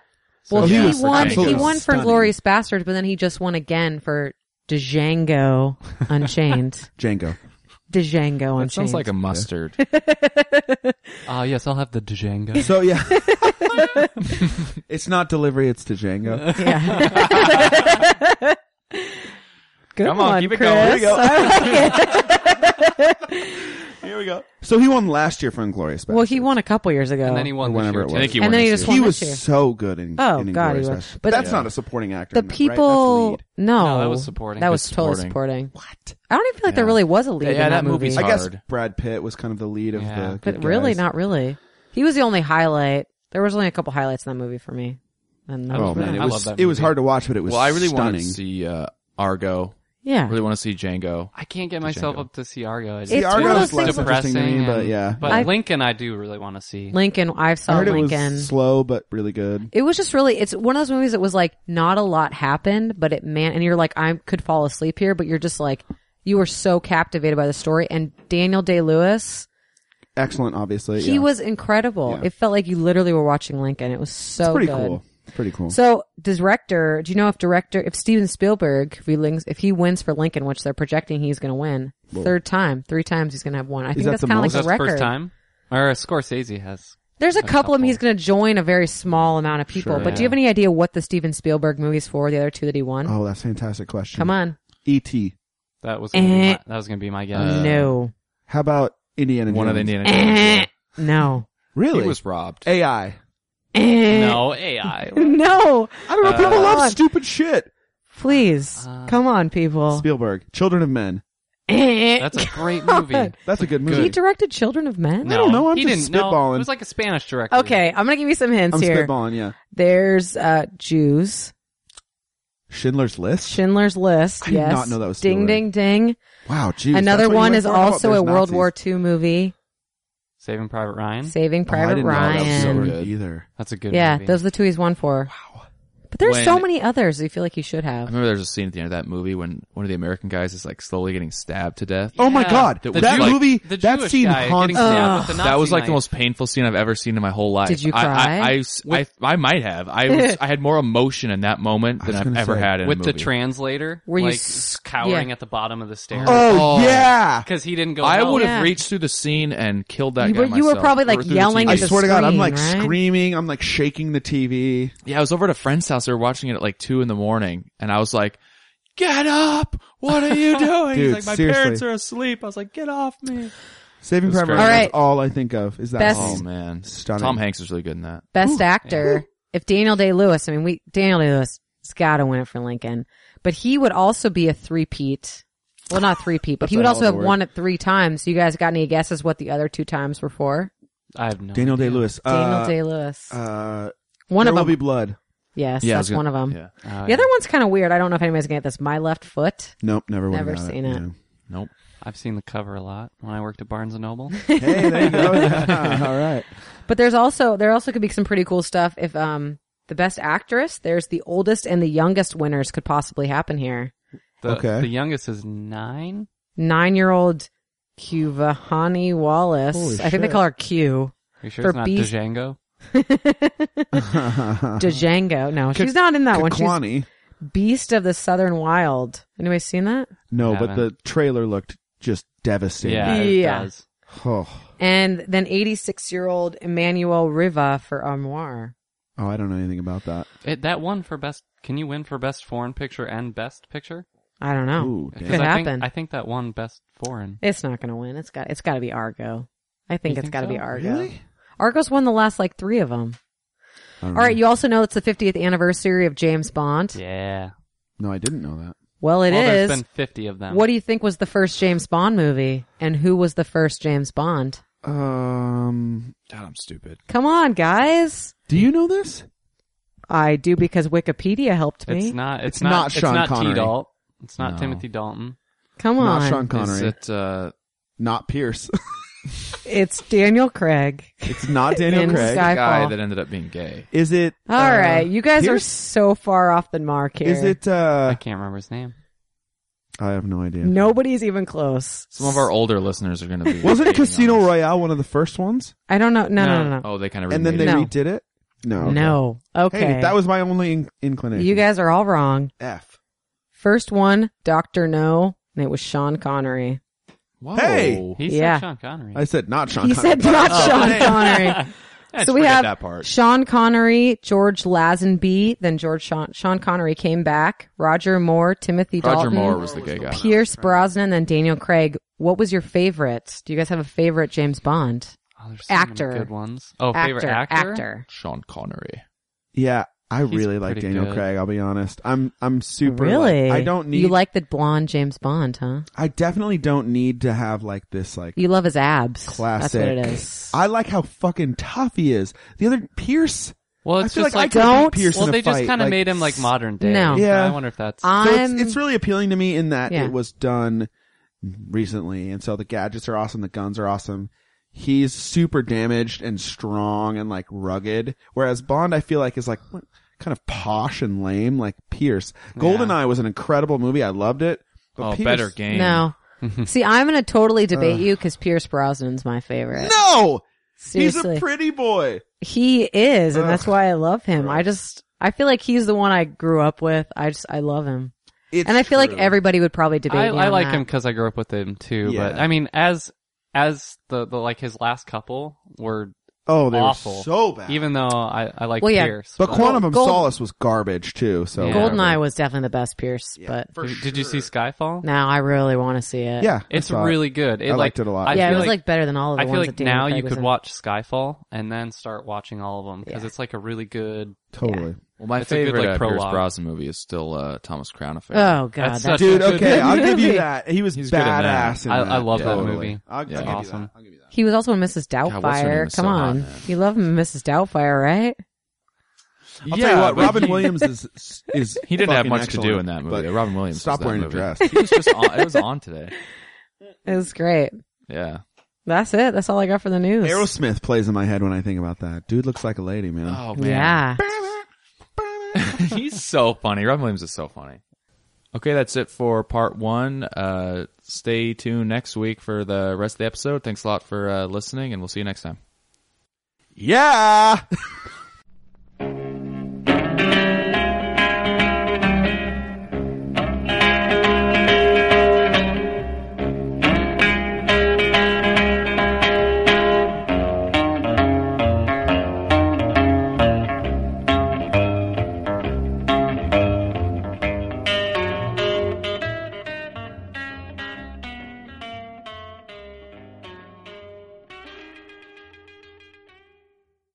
Well,
So
he,
he
was
won. He
absolutely
won for
stunning.
Glorious Bastards, but then he just won again for Django Unchained.
Django.
Django Unchained.
That sounds like a mustard.
Ah, yes, I'll have the Django.
So, yeah. it's not delivery, it's to Django.
yeah. Good
Come on,
one,
keep it going. Here we
Chris.
go.
I like it.
Here we go. So he won last year for Inglorious
well, he won a couple years ago,
And then he won this
Whenever
year,
it was.
too.
I think he
And
won
then he
this
just
year.
He
won
was
this year.
so good in
Oh,
in
God, he
Inglourious
was.
Basterds.
But
that's
the-
not a supporting actor.
the
in that, right? That's
people.
lead.
No,
No, that was supporting.
That was
It's
totally supporting.
supporting.
What? I don't even feel like there really was a lead
Yeah,
in that,
that
movie,
movie's
I guess
Hard.
Brad Pitt was kind of the lead of
Yeah.
the.
but
good
really,
guys.
not really. He was the only highlight. There was only a couple highlights in that movie for me. And that
Oh
was
man,
it.
it
I
was
love that
it was
movie.
hard to watch, but it was
Well, I really want to
stunning.
see uh, Argo.
yeah.
Really want to see Django.
I can't get myself
Django.
up to see Argo. I just-
It's
the Argo
one of
was
those
less
things-
interesting to me,
depressing,
but
and-
yeah,
But
I-
Lincoln, I do really want to see.
Lincoln, I
I
saw
heard it
Lincoln.
was slow but really good.
It was just really, it's one of those movies that was like, not a lot happened, but it man, and you're like, I could fall asleep here, but you're just like, you were so captivated by the story. And Daniel Day Lewis,
Excellent, obviously.
he
yeah.
was incredible.
Yeah.
It felt like you literally were watching Lincoln. It was so
pretty
good.
cool. Pretty cool.
So, director, do you know if director, if Steven Spielberg, if he, lings, if he wins for Lincoln, which they're projecting he's going to win, third time, three times he's going to have one. I think
that
that's
the
kind of like
most?
a
That's the
record.
first time. Or Scorsese has.
There's a, couple, of them
couple.
he's going to join a very small amount of people.
Sure.
but do you have any idea what the Steven Spielberg movies for, the other two that he won?
oh, that's a fantastic question. E
Come on.
E.T.
That was gonna be
Eh.
my, that was gonna be my guess.
no. Eh.
How about Indiana?
One of the
Jones?
Indiana Jones.
No. Eh.
Really?
He was robbed.
AI.
No AI.
Oh no.
I don't know. people
Uh,
love
God.
stupid shit.
Please.
Uh,
come on, people. Eh.
Spielberg, Children of Men.
That's a great movie.
That's a good
He
movie.
directed Children of Men?
No,
don't know, I'm
he
just
didn't, no,
spitballing.
it was like a Spanish director.
Okay, I'm gonna give you some hints
I'm
here.
spitballing. Yeah.
There's uh Jews,
Schindler's List.
Schindler's List.
I did
yes,
not know that was
Ding,
Spielberg.
ding, ding.
wow. Geez,
Another one is also a World War II movie,
Saving Private Ryan.
Saving
oh, I
Private
didn't Know that was so
Ryan.
Ryan.
good either.
That's a good
yeah,
movie.
those are the two he's won for. Wow. But there's so
When-
many others. I feel like he should
I
have.
remember there's a scene at the end of that movie when one of the American guys is like slowly getting stabbed to death.
Oh my
Yeah.
god,
That
that,
was like-
movie,
The
that
Jewish
scene
guy
haunts
getting
me.
stabbed with the
that
Nazi
was like the
knife.
most painful scene I've ever seen in my whole life.
Did you
I- I,
cry?
I, s- I- I might have. I, was, I had more emotion in that moment
I
than
was
I've
gonna
ever
say,
had in a
with the
movie.
translator,
Were you
like
s-
cowering
yeah.
at the bottom of the stairs
Oh,
Oh.
yeah.
because he didn't go.
I
home.
would have
Yeah.
reached through the scene and killed that
You
guy
were- you were
myself.
probably,
Or
like,
through the
yelling
TV.
I
at the
swear to God, I'm like
screen, right?
screaming. I'm like shaking the TV.
Yeah, I was over at a friend's house. They were watching it at like two in the morning, and I was like, "Get up! What are you doing?" He's
Dude,
like, "My
seriously.
parents are asleep." I was like, "Get off me!"
Saving
That's
Private
great.
All
Ryan. All,
right.
right. all I think of is that.
Best-
Oh
scene.
man,
Stunning.
Tom Hanks is really good in that.
Best actor. If Daniel Day Lewis, I mean, we Daniel Day Lewis has got to win it for Lincoln, but he would also be a three-peat. Well, not three-peat, but
That's
he
a
would
hell
also have
of a word.
won it three times. You guys got any guesses what the other two times were for?
I have no.
Daniel Day Lewis.
Daniel
Uh,
Day Lewis.
Uh,
one
there
of
will
them.
be blood.
yes,
I
that's
was gonna-
one of them.
Yeah.
Uh,
The other one's kind of weird. I don't know if anybody's gonna get this. My left foot.
Nope, never. would've
Never
got
seen it.
No.
Nope.
I've seen the cover a lot when I worked at Barnes and Noble.
hey, there you go. all right.
But there's also there also could be some pretty cool stuff if um the best actress. There's the oldest and the youngest winners could possibly happen here.
The,
Okay.
the youngest is nine.
Nine-year-old Cuvahani Wallace.
Holy
I think they
shit.
call her Q.
Are you sure
For
it's not
Beast-
Django?
Uh-huh.
DeJango. No, she's not in that one. She's
Kakwani.
Beast of the Southern Wild. Anybody seen that?
No, but
Haven't.
the trailer looked just devastating.
Yeah, it
Yeah.
does.
Oh,
And then 86 year old Emmanuel Riva for Armoire.
oh, I don't know anything about that.
It, that one for best. Can you win for best foreign picture and best picture?
I don't know.
Ooh, damn.
'Cause
Could
I
happen.
Think, I think that won best foreign.
It's not going to win. It's got it's got to be Argo. I think
You
it's
think
got to
so?
be Argo.
Really?
Argo's won the last like 3 of them.
I don't
All right,
know.
you also know it's the 50th anniversary of James Bond.
Hmm. Yeah.
No, I didn't know that.
Well, it
well,
is.
There's been fifty of them.
What do you think was the first James Bond movie and who was the first James Bond?
Um,
God, I'm stupid.
Come on, guys.
do you know this?
I do because Wikipedia helped me.
It's not. It's,
It's not Sean
it's not
Connery.
T. Dalt. It's not
No.
Timothy Dalton.
Come on.
Not Sean
Is
Connery.
it? Uh,
Not Pierce.
It's Daniel Craig.
it's not Daniel
In
Craig.
Sky-
the guy
Skyfall.
that ended up being gay.
Is it?
All
uh,
right, you guys are
Pierce?
so far off the mark here.
Is it? uh
I can't remember his name.
I have no idea.
Nobody's even close.
Some of our older listeners are going to be.
Wasn't
hating on
Casino
us.
Royale one of the first ones?
I don't know. No, no, no,
No.
no.
Oh, they kind of.
And then they
No.
redid it. No.
No. Okay.
Oh, Hey, that was my only in- inclination.
you guys are all wrong.
F.
First one, Doctor No, and it was Sean Connery.
Whoa.
Hey!
He
Yeah.
said Sean Connery.
I said not Sean.
he
Connery.
said not Sean
hey.
Connery.
Let's
so we
forget
have
that part.
Sean Connery, George Lazenby, then George Sean, Sean Connery came back. Roger Moore, Timothy
Roger
Dalton,
Moore was the gay guy.
Pierce Brosnan, then Daniel Craig. What was your favorite? Do you guys have a favorite James Bond?
Oh, there's so many
Actor.
good ones. Oh, favorite actor.
actor.
Sean Connery.
Yeah, I
He's
really like
pretty
Daniel
good.
Craig. I'll be honest. I'm I'm super.
Really?
like, I don't need.
You like the blonde James Bond, huh?
I definitely don't need to have like this like
You love his abs.
classic.
That's what it is.
I like how fucking tough he is. The other Pierce.
Well,
I
it's
feel
just
like, I
like,
could beat
Don't-
Pierce
well,
in a
they just
fight,
kind of
like-
made him like modern day.
No.
So
Yeah.
I wonder if that's.
So
I'm,
it's, it's really appealing to me in that
Yeah.
it was done recently, and so the gadgets are awesome, the guns are awesome. He's super damaged and strong and like rugged, whereas Bond I feel like is like what- kind of posh and lame, like Pierce. Goldeneye was an incredible movie, I loved it. but
Oh,
Pierce-
better game.
no. See, I'm gonna totally debate you because Pierce Brosnan's my favorite.
No,
Seriously,
he's a pretty boy.
he is, and that's why I love him. I just, I feel like he's the one I grew up with. I just, I love him,
It's
and I feel like
true.
everybody would probably debate.
I,
me
I
on
like
that.
him because I grew up with him too. But
Yeah.
I mean, as as the, the like his last couple were
Oh, they
awful.
were so bad.
Even though I, I like
Well, yeah.
Pierce.
but Quantum of
Gold-
Solace was garbage too. So
Yeah.
Goldeneye was definitely the best Pierce, but
did, did you see Skyfall?
now I really want to see it.
yeah, I
It's
saw it.
really good.
I
It, like,
liked it a lot.
I
yeah, it
feel
was like,
like,
better than all of the
I feel
ones
like
that Daniel
now
Craig
you
was
could
in.
watch Skyfall and then start watching all of them because it's like a really good.
totally.
Well, my
It's a good,
favorite
like,
uh, Pierce
prologue.
Brosnan movie is still uh, Thomas Crown Affair.
Oh god,
That's
that's
such
Dude,
Good
okay, I'll give you
movie.
that. He was
He's good at that.
badass. in
I-
that.
I love that
Totally.
movie.
I'll, I'll
Yeah.
give you
Awesome.
that. I'll give you that.
He was also in Mrs.
God, what's her name
Doubtfire.
is
Come
so hot,
on,
man.
you love Mrs. Doubtfire, right?
I'll
yeah,
tell you what,
but
Robin
he,
Williams is is
He didn't have
fucking
much to do
excellent,
in that
but
movie. Robin Williams. was
Stop
that
wearing a
movie.
dress.
He was just on, it was on today.
It was great.
Yeah.
That's it. That's all I got for the news.
Aerosmith plays in my head when I think about that. Dude looks like a lady, man.
Oh man.
yeah.
He's so funny. Robin Williams is so funny. Okay, that's it for part one. Uh, stay tuned next week for the rest of the episode. Thanks a lot for uh, listening, and we'll see you next time.
Yeah.